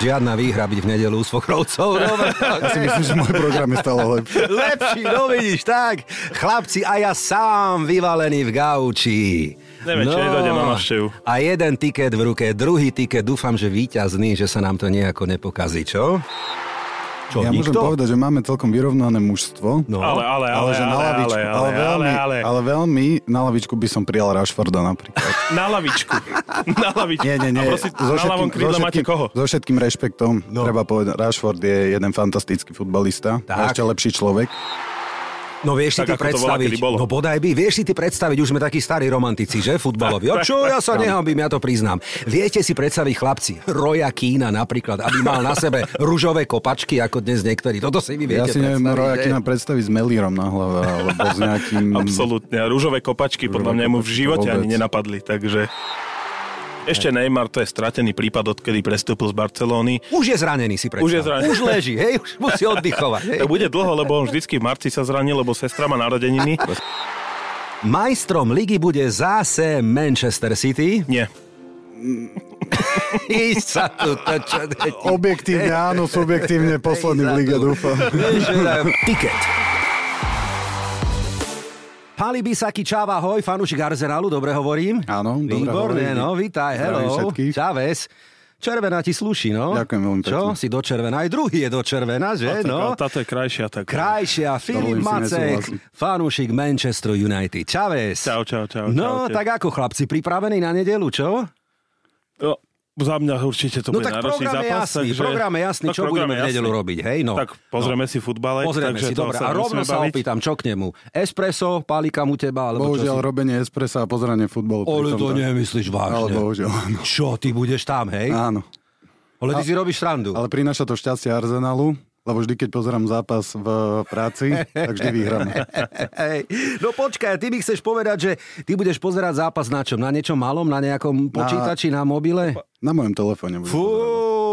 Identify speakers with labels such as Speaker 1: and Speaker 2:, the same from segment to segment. Speaker 1: Žiadna výhra byť v nedelu s fokrovcov. no,
Speaker 2: si myslím, že môj program je stále lepší.
Speaker 1: Lepší, no vidíš, tak. Chlapci a ja sám vyvalený v gauči. No,
Speaker 3: Neviem, či nedojdem na návštevu.
Speaker 1: A jeden tiket v ruke, druhý tiket, dúfam, že víťazný, že sa nám to nejako nepokazí, čo? Čo,
Speaker 2: Ja môžem
Speaker 1: nikto?
Speaker 2: povedať, že máme celkom vyrovnané mužstvo.
Speaker 1: No.
Speaker 3: Ale, ale, ale,
Speaker 2: že na
Speaker 3: ale,
Speaker 2: lavičku,
Speaker 3: ale, ale, ale,
Speaker 2: veľmi,
Speaker 3: ale,
Speaker 2: ale veľmi na lavičku by som prijal Rashforda napríklad.
Speaker 3: Na lavičku. Na lavičku.
Speaker 2: Nie, nie, nie.
Speaker 3: A prosím, na ľavom krídle máte koho?
Speaker 2: so všetkým rešpektom,
Speaker 1: No.
Speaker 2: treba povedať, Rashford je jeden fantastický futbalista, a
Speaker 1: Tak.
Speaker 2: ešte lepší človek.
Speaker 1: No vieš si ty
Speaker 3: Tak ako to volá,
Speaker 1: predstaviť,
Speaker 3: kedy bolo.
Speaker 1: no bodaj by, vieš si ty predstaviť, už sme takí starí romantici, že, futbaloví. A
Speaker 3: Tak,
Speaker 1: čo,
Speaker 3: tak,
Speaker 1: ja sa nehambím, ja to priznám. Viete si predstaviť chlapci, Roja Kína napríklad, aby mal na sebe ružové kopačky, ako dnes niektorí. Toto si vy
Speaker 2: ja
Speaker 1: viete
Speaker 2: si neviem
Speaker 1: predstaviť,
Speaker 2: Roja
Speaker 1: že?
Speaker 2: Kina predstaviť s Melírom na hlave, alebo s nejakým...
Speaker 1: Mm.
Speaker 3: Absolútne. A rúžové kopačky podľa mňa mu v
Speaker 2: kopačky
Speaker 3: živote
Speaker 2: vôbec.
Speaker 3: ani nenapadli, takže... Ešte Neymar, to je stratený prípad, odkedy prestúpil z Barcelóny.
Speaker 1: Už je zranený si predstav.
Speaker 3: Už je zranený.
Speaker 1: Už leží, hej, už musí oddychovať. Hej.
Speaker 3: To bude dlho, lebo on vždycky v marci sa zranil, lebo sestra má narodeniny.
Speaker 1: Majstrom ligy bude zase Manchester City.
Speaker 3: Nie.
Speaker 1: Ísť sa tu to čo...
Speaker 2: Objektívne áno, subjektívne posledný v lige, dúfam.
Speaker 1: Tiket. Pali Bisaki, čáva, hoj, fanúšik Arsenalu, dobre hovorím?
Speaker 2: Áno, dobre
Speaker 1: Výborné,
Speaker 2: hovoríš.
Speaker 1: no, vítaj,
Speaker 2: Zdravím
Speaker 1: hello,
Speaker 2: všetkých.
Speaker 1: Čaves. Červená ti sluší, no.
Speaker 2: Ďakujem veľmi
Speaker 1: Čo,
Speaker 2: pekne.
Speaker 1: si do červená, aj druhý je do červená, že, no?
Speaker 3: Táto je krajšia. Tak...
Speaker 1: Krajšia, Filip
Speaker 2: Dovolím si
Speaker 1: Macek,
Speaker 2: nesúhlasiť.
Speaker 1: fanúšik Manchester United. Čavez.
Speaker 3: Čau, čau, čau,
Speaker 1: No,
Speaker 3: čaute.
Speaker 1: tak ako chlapci, pripravení na nedelu, čo?
Speaker 3: No, za mňa určite to
Speaker 1: No
Speaker 3: bude
Speaker 1: tak
Speaker 3: náročný
Speaker 1: program je
Speaker 3: zápas.
Speaker 1: jasný,
Speaker 3: takže...
Speaker 1: program je jasný,
Speaker 3: Tak
Speaker 1: čo
Speaker 3: program
Speaker 1: budeme
Speaker 3: je
Speaker 1: v
Speaker 3: jasný.
Speaker 1: nedelu robiť, hej, no.
Speaker 3: Tak pozrieme si futbalek.
Speaker 1: Pozrieme
Speaker 3: takže
Speaker 1: si,
Speaker 3: to
Speaker 1: dobre.
Speaker 3: sa
Speaker 1: A rovno
Speaker 3: musíme
Speaker 1: sa
Speaker 3: baviť.
Speaker 1: opýtam, čo k nemu? Espresso, pálikam u teba, alebo
Speaker 2: Bohužiaľ,
Speaker 1: čo si...
Speaker 2: robenie espressa a pozeranie futbolu. pri
Speaker 1: Ale
Speaker 2: tom,
Speaker 1: to
Speaker 2: tak.
Speaker 1: nemyslíš
Speaker 2: Ale
Speaker 1: vážne.
Speaker 2: bohužiaľ, áno.
Speaker 1: Čo, ty budeš tam, hej?
Speaker 2: Áno.
Speaker 1: Ale ty si robíš srandu.
Speaker 2: Ale prináša to šťastie Arsenalu, lebo vždy, keď pozerám zápas v práci, tak vždy vyhráme.
Speaker 1: Hej. No počkaj, ty mi chceš povedať, že ty budeš pozerať zápas na čom? Na niečom malom? Na nejakom počítači? Na mobile?
Speaker 2: Na mojom telefóne. budem pozerať.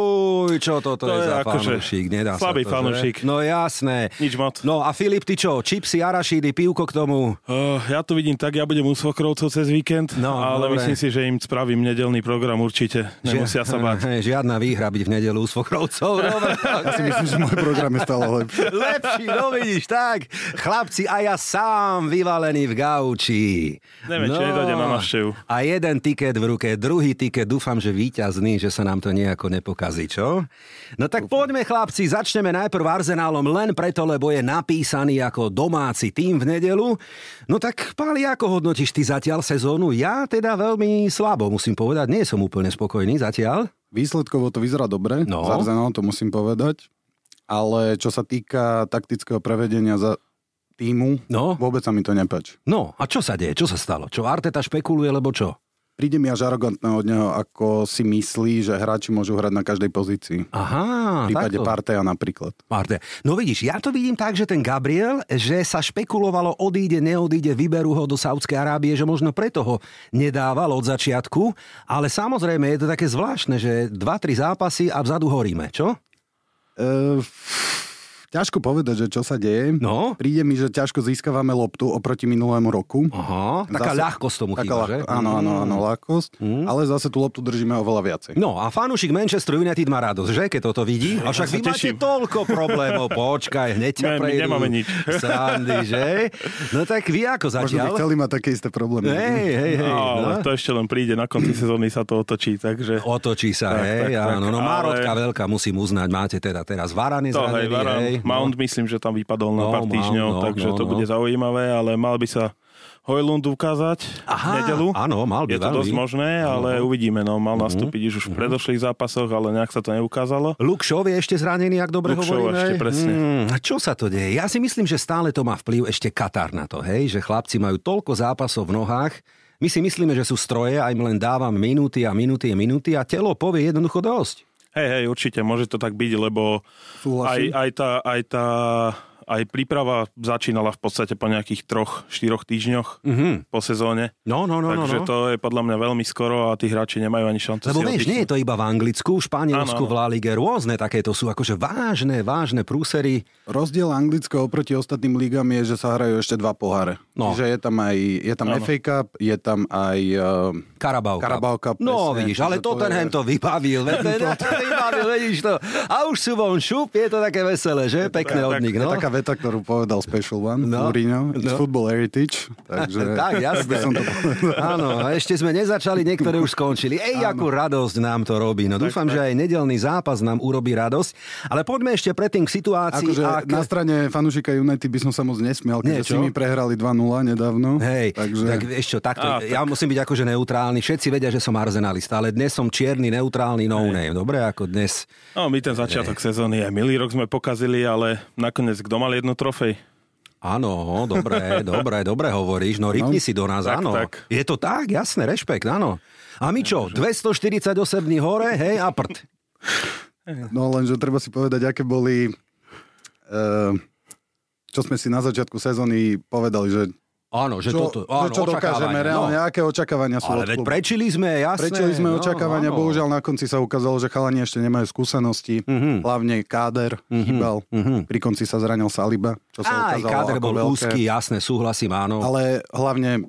Speaker 1: Fuj, čo toto
Speaker 3: To
Speaker 1: je,
Speaker 3: je
Speaker 1: za
Speaker 3: akože
Speaker 1: fanúšik, nedá
Speaker 3: slabý
Speaker 1: sa to, že?
Speaker 3: fanúšik.
Speaker 1: No jasné.
Speaker 3: Nič moc.
Speaker 1: No a Filip, ty čo? Čipsy, arašídy, pivko k tomu?
Speaker 3: Uh, ja to vidím tak, ja budem u svokrovcov cez víkend,
Speaker 1: No,
Speaker 3: no, ale
Speaker 1: dobre.
Speaker 3: dobre. myslím si, že im spravím nedelný program určite. Nemusia sa báť.
Speaker 1: Hej, Žiadna výhra byť v nedelu s Fokrovcov. no, Dobre,
Speaker 2: Ja si myslím, že môj program je stále lepší.
Speaker 1: Lepší, no vidíš, tak. Chlapci a ja sám vyvalený v gauči. No.
Speaker 3: Neviem, či nedojdem na návštevu.
Speaker 1: A jeden tiket v ruke, druhý tiket, dúfam, že víťazný, že sa nám to nejako nepokazí, čo? No tak poďme chlapci, začneme najprv Arzenálom len preto, lebo je napísaný ako domáci tým v nedelu. No tak, Páli, ako hodnotíš ty zatiaľ sezónu? Ja teda veľmi slabo, musím povedať, nie som úplne spokojný zatiaľ.
Speaker 2: Výsledkovo to vyzerá dobre,
Speaker 1: No.
Speaker 2: no. z Arsenalu to musím povedať, ale čo sa týka taktického prevedenia za týmu,
Speaker 1: No.
Speaker 2: vôbec sa mi to nepáči.
Speaker 1: No, a čo sa deje? Čo sa stalo? Čo Arteta špekuluje, lebo čo?
Speaker 2: Príde mi až arogantné od neho, ako si myslí, že hráči môžu hrať na každej pozícii. V
Speaker 1: Aha,
Speaker 2: prípade
Speaker 1: takto.
Speaker 2: Parteja napríklad.
Speaker 1: Marte. No vidíš, ja to vidím tak, že ten Gabriel, že sa špekulovalo, odíde, neodíde, vyberú ho do Saudskej Arábie, že možno preto ho nedával od začiatku, ale samozrejme je to také zvláštne, že 2-3 zápasy a vzadu horíme, čo?
Speaker 2: E, ťažko povedať, že čo sa deje.
Speaker 1: No.
Speaker 2: Príde mi, že ťažko získavame loptu oproti minulému roku.
Speaker 1: Aha, taká
Speaker 2: Zase-
Speaker 1: ľahkosť tomu chýba, že? Mm.
Speaker 2: Áno, áno, áno, ľahkosť. Ale zase tú loptu držíme oveľa viacej.
Speaker 1: No a fanúšik Manchester United má radosť, že? Keď toto vidí. A však
Speaker 3: sa
Speaker 1: vy máte
Speaker 3: teším.
Speaker 1: toľko problémov. Počkaj, hneď ťa
Speaker 3: Ne, my
Speaker 1: prejdú.
Speaker 3: nemáme nič.
Speaker 1: Srandy, že? No tak vy ako
Speaker 2: Možno by
Speaker 1: zatiaľ?
Speaker 2: chceli mať také isté problémy.
Speaker 1: Hej, hej, hej.
Speaker 3: Ale
Speaker 1: No.
Speaker 3: to ešte len príde, na konci sezóny sa to otočí, takže...
Speaker 1: Otočí sa,
Speaker 3: Tak,
Speaker 1: hej,
Speaker 3: tak,
Speaker 1: áno.
Speaker 3: tak,
Speaker 1: No
Speaker 3: ale-
Speaker 1: Márotka veľká, musím uznať, máte teda teraz Varany
Speaker 3: To, hej,
Speaker 1: zranený,
Speaker 3: Varan,
Speaker 1: hej.
Speaker 3: Mount myslím, že tam vypadol na
Speaker 1: No,
Speaker 3: pár
Speaker 1: Mount,
Speaker 3: týždňov,
Speaker 1: no,
Speaker 3: takže
Speaker 1: no,
Speaker 3: to
Speaker 1: no.
Speaker 3: bude zaujímavé, ale mal by sa Hojlund ukázať
Speaker 1: Aha,
Speaker 3: v nedelu.
Speaker 1: áno, mal by,
Speaker 3: Je to
Speaker 1: veľmi. Mhm.
Speaker 3: dosť možné, ale uvidíme. No, mal nastúpiť už v predošlých zápasoch, ale nejak sa to neukázalo.
Speaker 1: Lukšov je ešte zranený, ak dobre
Speaker 3: Lukšov
Speaker 1: hovorím.
Speaker 3: ešte,
Speaker 1: hej?
Speaker 3: presne.
Speaker 1: Mm, a čo sa to deje? Ja si myslím, že stále to má vplyv ešte Katar na to, hej? Že chlapci majú toľko zápasov v nohách, my si myslíme, že sú stroje a im len dávam minúty a minúty a minúty a telo povie jednoducho dosť.
Speaker 3: Hej, hej, určite, môže to tak byť, lebo aj,
Speaker 2: Súhlasím.
Speaker 3: aj, tá, aj tá aj príprava začínala v podstate po nejakých troch, štyroch týždňoch po sezóne.
Speaker 1: Mhm. No, no, no, no,
Speaker 3: Takže
Speaker 1: no.
Speaker 3: to je podľa mňa veľmi skoro a tí hráči nemajú ani šancu
Speaker 1: Lebo
Speaker 3: si
Speaker 1: vieš, nie je to iba v Anglicku, v Španielsku,
Speaker 3: Áno,
Speaker 1: v La Lige, rôzne takéto sú akože vážne, vážne prúsery.
Speaker 2: Rozdiel Anglicko oproti ostatným ligám je, že sa hrajú ešte dva poháre.
Speaker 1: No.
Speaker 2: Čiže je tam aj je tam FA Cup, je tam aj uh,
Speaker 1: Karabau Cup.
Speaker 2: Karabau Cup,
Speaker 1: No,
Speaker 2: presne,
Speaker 1: vidíš,
Speaker 2: čiže
Speaker 1: ale
Speaker 2: to
Speaker 1: Tottenham
Speaker 2: je-
Speaker 1: to vybavil. Veď to je- to vybavil, vidíš to. A už sú von šup, je to také veselé, že? Pekné od nich,
Speaker 2: No?
Speaker 1: no.
Speaker 2: Je taká veta, ktorú povedal Special
Speaker 1: No.
Speaker 2: One, no. Mourinho,
Speaker 1: No.
Speaker 2: no. football heritage. Takže
Speaker 1: tak, jasné.
Speaker 2: by som to povedal.
Speaker 1: Áno, a ešte sme nezačali, niektoré už skončili. Ej, akú radosť nám to robí. No dúfam, že aj nedelný zápas nám urobí radosť. Ale poďme ešte predtým k situácii.
Speaker 2: Akože
Speaker 1: ak...
Speaker 2: na strane fanúšika United by som sa moc nesmial,
Speaker 1: Nie,
Speaker 2: keďže si
Speaker 1: čo?
Speaker 2: mi prehrali 2-0 nedávno.
Speaker 1: Hej,
Speaker 2: takže...
Speaker 1: tak ešte čo, takto,
Speaker 3: Á,
Speaker 1: ja musím byť akože neutrálny. Všetci vedia, že som arzenalista, ale dnes som čierny, neutrálny, no name. Dobre, ako dnes.
Speaker 3: No, my ten začiatok sezóny aj milý rok sme pokazili, ale nakoniec kto mal jednu trofej?
Speaker 1: Áno, dobre, dobre, dobre hovoríš. No rýpni si do nás,
Speaker 3: Tak,
Speaker 1: áno.
Speaker 3: tak.
Speaker 1: Je to tak, jasné, rešpekt, áno. A my čo, 248 dní hore, hej, a prd.
Speaker 2: No lenže treba si povedať, aké boli... E, čo sme si na začiatku sezóny povedali, že
Speaker 1: Áno, že
Speaker 2: čo,
Speaker 1: toto, áno,
Speaker 2: áno, čo dokážeme
Speaker 1: očakávania,
Speaker 2: reálne,
Speaker 1: no.
Speaker 2: aké očakávania sú
Speaker 1: Ale
Speaker 2: od
Speaker 1: veď
Speaker 2: klubu.
Speaker 1: prečili sme, jasné.
Speaker 2: Prečili sme
Speaker 1: no,
Speaker 2: očakávania,
Speaker 1: áno.
Speaker 2: bohužiaľ na konci sa ukázalo, že chalani ešte nemajú skúsenosti,
Speaker 1: Mhm.
Speaker 2: hlavne káder chýbal, pri konci sa zranil Saliba, čo
Speaker 1: Aj
Speaker 2: sa ukázalo
Speaker 1: káder
Speaker 2: ako
Speaker 1: bol
Speaker 2: veľké,
Speaker 1: úzky, jasné, súhlasím, áno.
Speaker 2: ale hlavne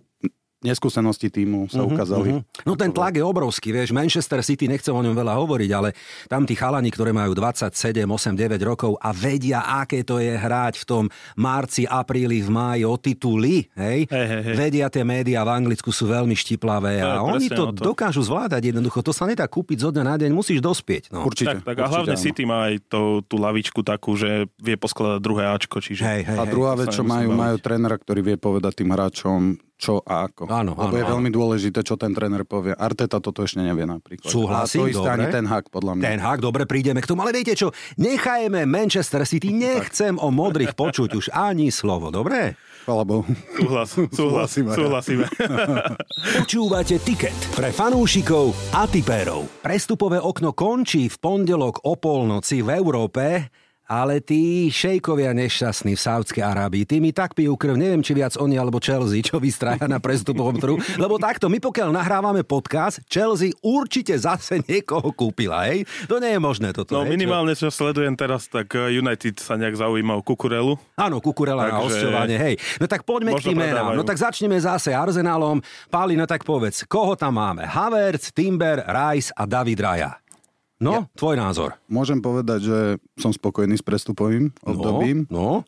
Speaker 2: neskúsenosti týmu sa ukázali.
Speaker 1: Mhm. No ten tlak je obrovský, vieš, Manchester City, nechcem o ňom veľa hovoriť, ale tam tí chalani, ktoré majú 27, 8, 9 rokov a vedia, aké to je hrať v tom marci, apríli, v máji o tituly, hej,
Speaker 3: Hej, hej, hej.
Speaker 1: vedia tie médiá v Anglicku sú veľmi štiplavé a
Speaker 3: Áno,
Speaker 1: oni
Speaker 3: presne
Speaker 1: to,
Speaker 3: o to.
Speaker 1: dokážu zvládať jednoducho, to sa nedá kúpiť zo dňa na deň, musíš dospieť. No.
Speaker 2: Určite.
Speaker 3: tak, tak a
Speaker 2: určite
Speaker 3: hlavne
Speaker 2: áno.
Speaker 3: City má aj to, tú lavičku takú, že vie poskladať druhé Ačko, čiže...
Speaker 1: Hej, hej,
Speaker 2: A
Speaker 1: hej.
Speaker 2: druhá
Speaker 3: to
Speaker 2: vec,
Speaker 3: sa
Speaker 2: čo
Speaker 3: nemusím
Speaker 2: majú,
Speaker 3: baviť.
Speaker 2: majú trénera, ktorý vie povedať tým hráčom, čo a ako.
Speaker 1: Áno,
Speaker 2: Lebo
Speaker 1: áno,
Speaker 2: je
Speaker 1: áno.
Speaker 2: veľmi dôležité, čo ten tréner povie. Arteta toto ešte nevie napríklad.
Speaker 1: Súhlasím,
Speaker 2: a to isté
Speaker 1: dobre.
Speaker 2: ani ten hák, podľa mňa.
Speaker 1: Ten hák, dobre, prídeme k tomu, ale viete čo, nechajme Manchester City, nechcem o modrých počuť už ani slovo, dobre?
Speaker 2: Chvala Bohu.
Speaker 3: Súhlas, súhlas,
Speaker 2: Súhlasíme.
Speaker 3: súhlasíme.
Speaker 1: Počúvate Ticket pre fanúšikov a tipérov. Prestupové okno končí v pondelok o polnoci v Európe, ale tí šejkovia nešťastní v Saudskej Arábii, tí mi tak pijú krv, neviem či viac oni alebo Chelsea, čo vystrája na prestupovom trhu, lebo takto, my pokiaľ nahrávame podcast, Chelsea určite zase niekoho kúpila, hej? To nie je možné toto. hej,
Speaker 3: No
Speaker 1: čo?
Speaker 3: minimálne, čo sledujem teraz, tak eh, United sa nejak zaujíma o Kukurelu.
Speaker 1: Áno, kukurela na
Speaker 3: Takže-
Speaker 1: osťovanie, hej. No tak poďme k
Speaker 3: Možno
Speaker 1: tým menám.
Speaker 3: predávajú.
Speaker 1: No tak začneme zase Arzenálom. Páli, no tak povedz, koho tam máme? Havertz, Timber, Rice a David Raja. No, tvoj názor.
Speaker 2: Môžem povedať, že som spokojný s prestupovým obdobím.
Speaker 1: No,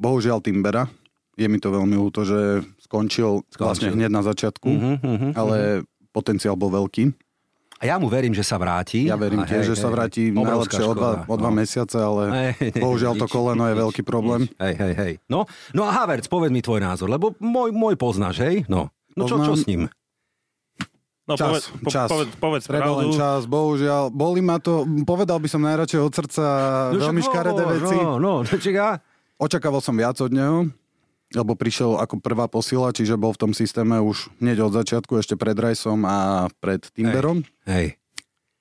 Speaker 2: Bohužiaľ Timbera. Je mi to veľmi ľúto, že skončil, vlastne hneď na začiatku,
Speaker 1: Mhm,
Speaker 2: ale potenciál bol veľký.
Speaker 1: a ja mu verím, že sa vráti.
Speaker 2: Ja
Speaker 1: A
Speaker 2: verím tiež, že sa vráti
Speaker 1: Obrovská
Speaker 2: najlepšie o dva,
Speaker 1: škoda,
Speaker 2: o dva
Speaker 1: no.
Speaker 2: mesiace, ale
Speaker 1: Hej,
Speaker 2: bohužiaľ to
Speaker 1: nič,
Speaker 2: koleno je
Speaker 1: nič,
Speaker 2: veľký problém.
Speaker 1: nič. Hej, hej, hej. No, no a Havertz, povedz mi tvoj názor, lebo môj, môj poznáš, hej? No, no čo, čo
Speaker 2: Poznám.
Speaker 1: s ním?
Speaker 3: No
Speaker 2: Čas,
Speaker 3: poved,
Speaker 2: čas.
Speaker 3: Poved, povedz
Speaker 2: Treba len
Speaker 3: pravdu.
Speaker 2: čas, bohužiaľ. Boli ma to, povedal by som najradšej od srdca
Speaker 1: No,
Speaker 2: veľmi
Speaker 1: však
Speaker 2: škaredé
Speaker 1: hovor,
Speaker 2: veci.
Speaker 1: No, no, čaká.
Speaker 2: Očakával som viac od neho, lebo prišiel ako prvá posila, čiže bol v tom systéme už hneď od začiatku, ešte pred Rajsom a pred Timberom.
Speaker 1: Hej.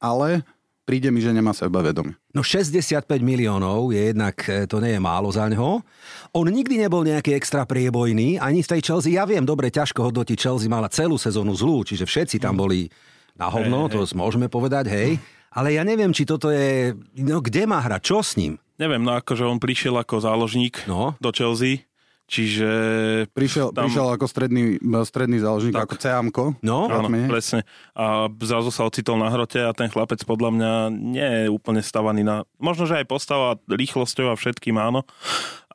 Speaker 2: Ale príde mi, že nemá sebavedomie.
Speaker 1: No 65 miliónov je jednak, e, to nie je málo za ňo. On nikdy nebol nejaký extra priebojný, ani v tej Chelsea. Ja viem, dobre, ťažko hodnotiť Chelsea mala celú sezónu zlú, čiže všetci
Speaker 2: Mm.
Speaker 1: tam boli na hovno, to môžeme povedať, hej. Ale ja neviem, či toto je... No kde má hra? Čo s ním?
Speaker 3: Neviem, no akože on prišiel ako záložník
Speaker 1: No.
Speaker 3: do Chelsea, čiže...
Speaker 2: Prišiel,
Speaker 3: tam-
Speaker 2: prišiel ako stredný, stredný záložník,
Speaker 3: Tak.
Speaker 2: ako Ceamko.
Speaker 1: No.
Speaker 3: Áno,
Speaker 2: Platme.
Speaker 3: presne. A zrazu sa ocitol na hrote a ten chlapec podľa mňa nie je úplne stavaný na... Možno, že aj postava rýchlosťou a všetkým áno,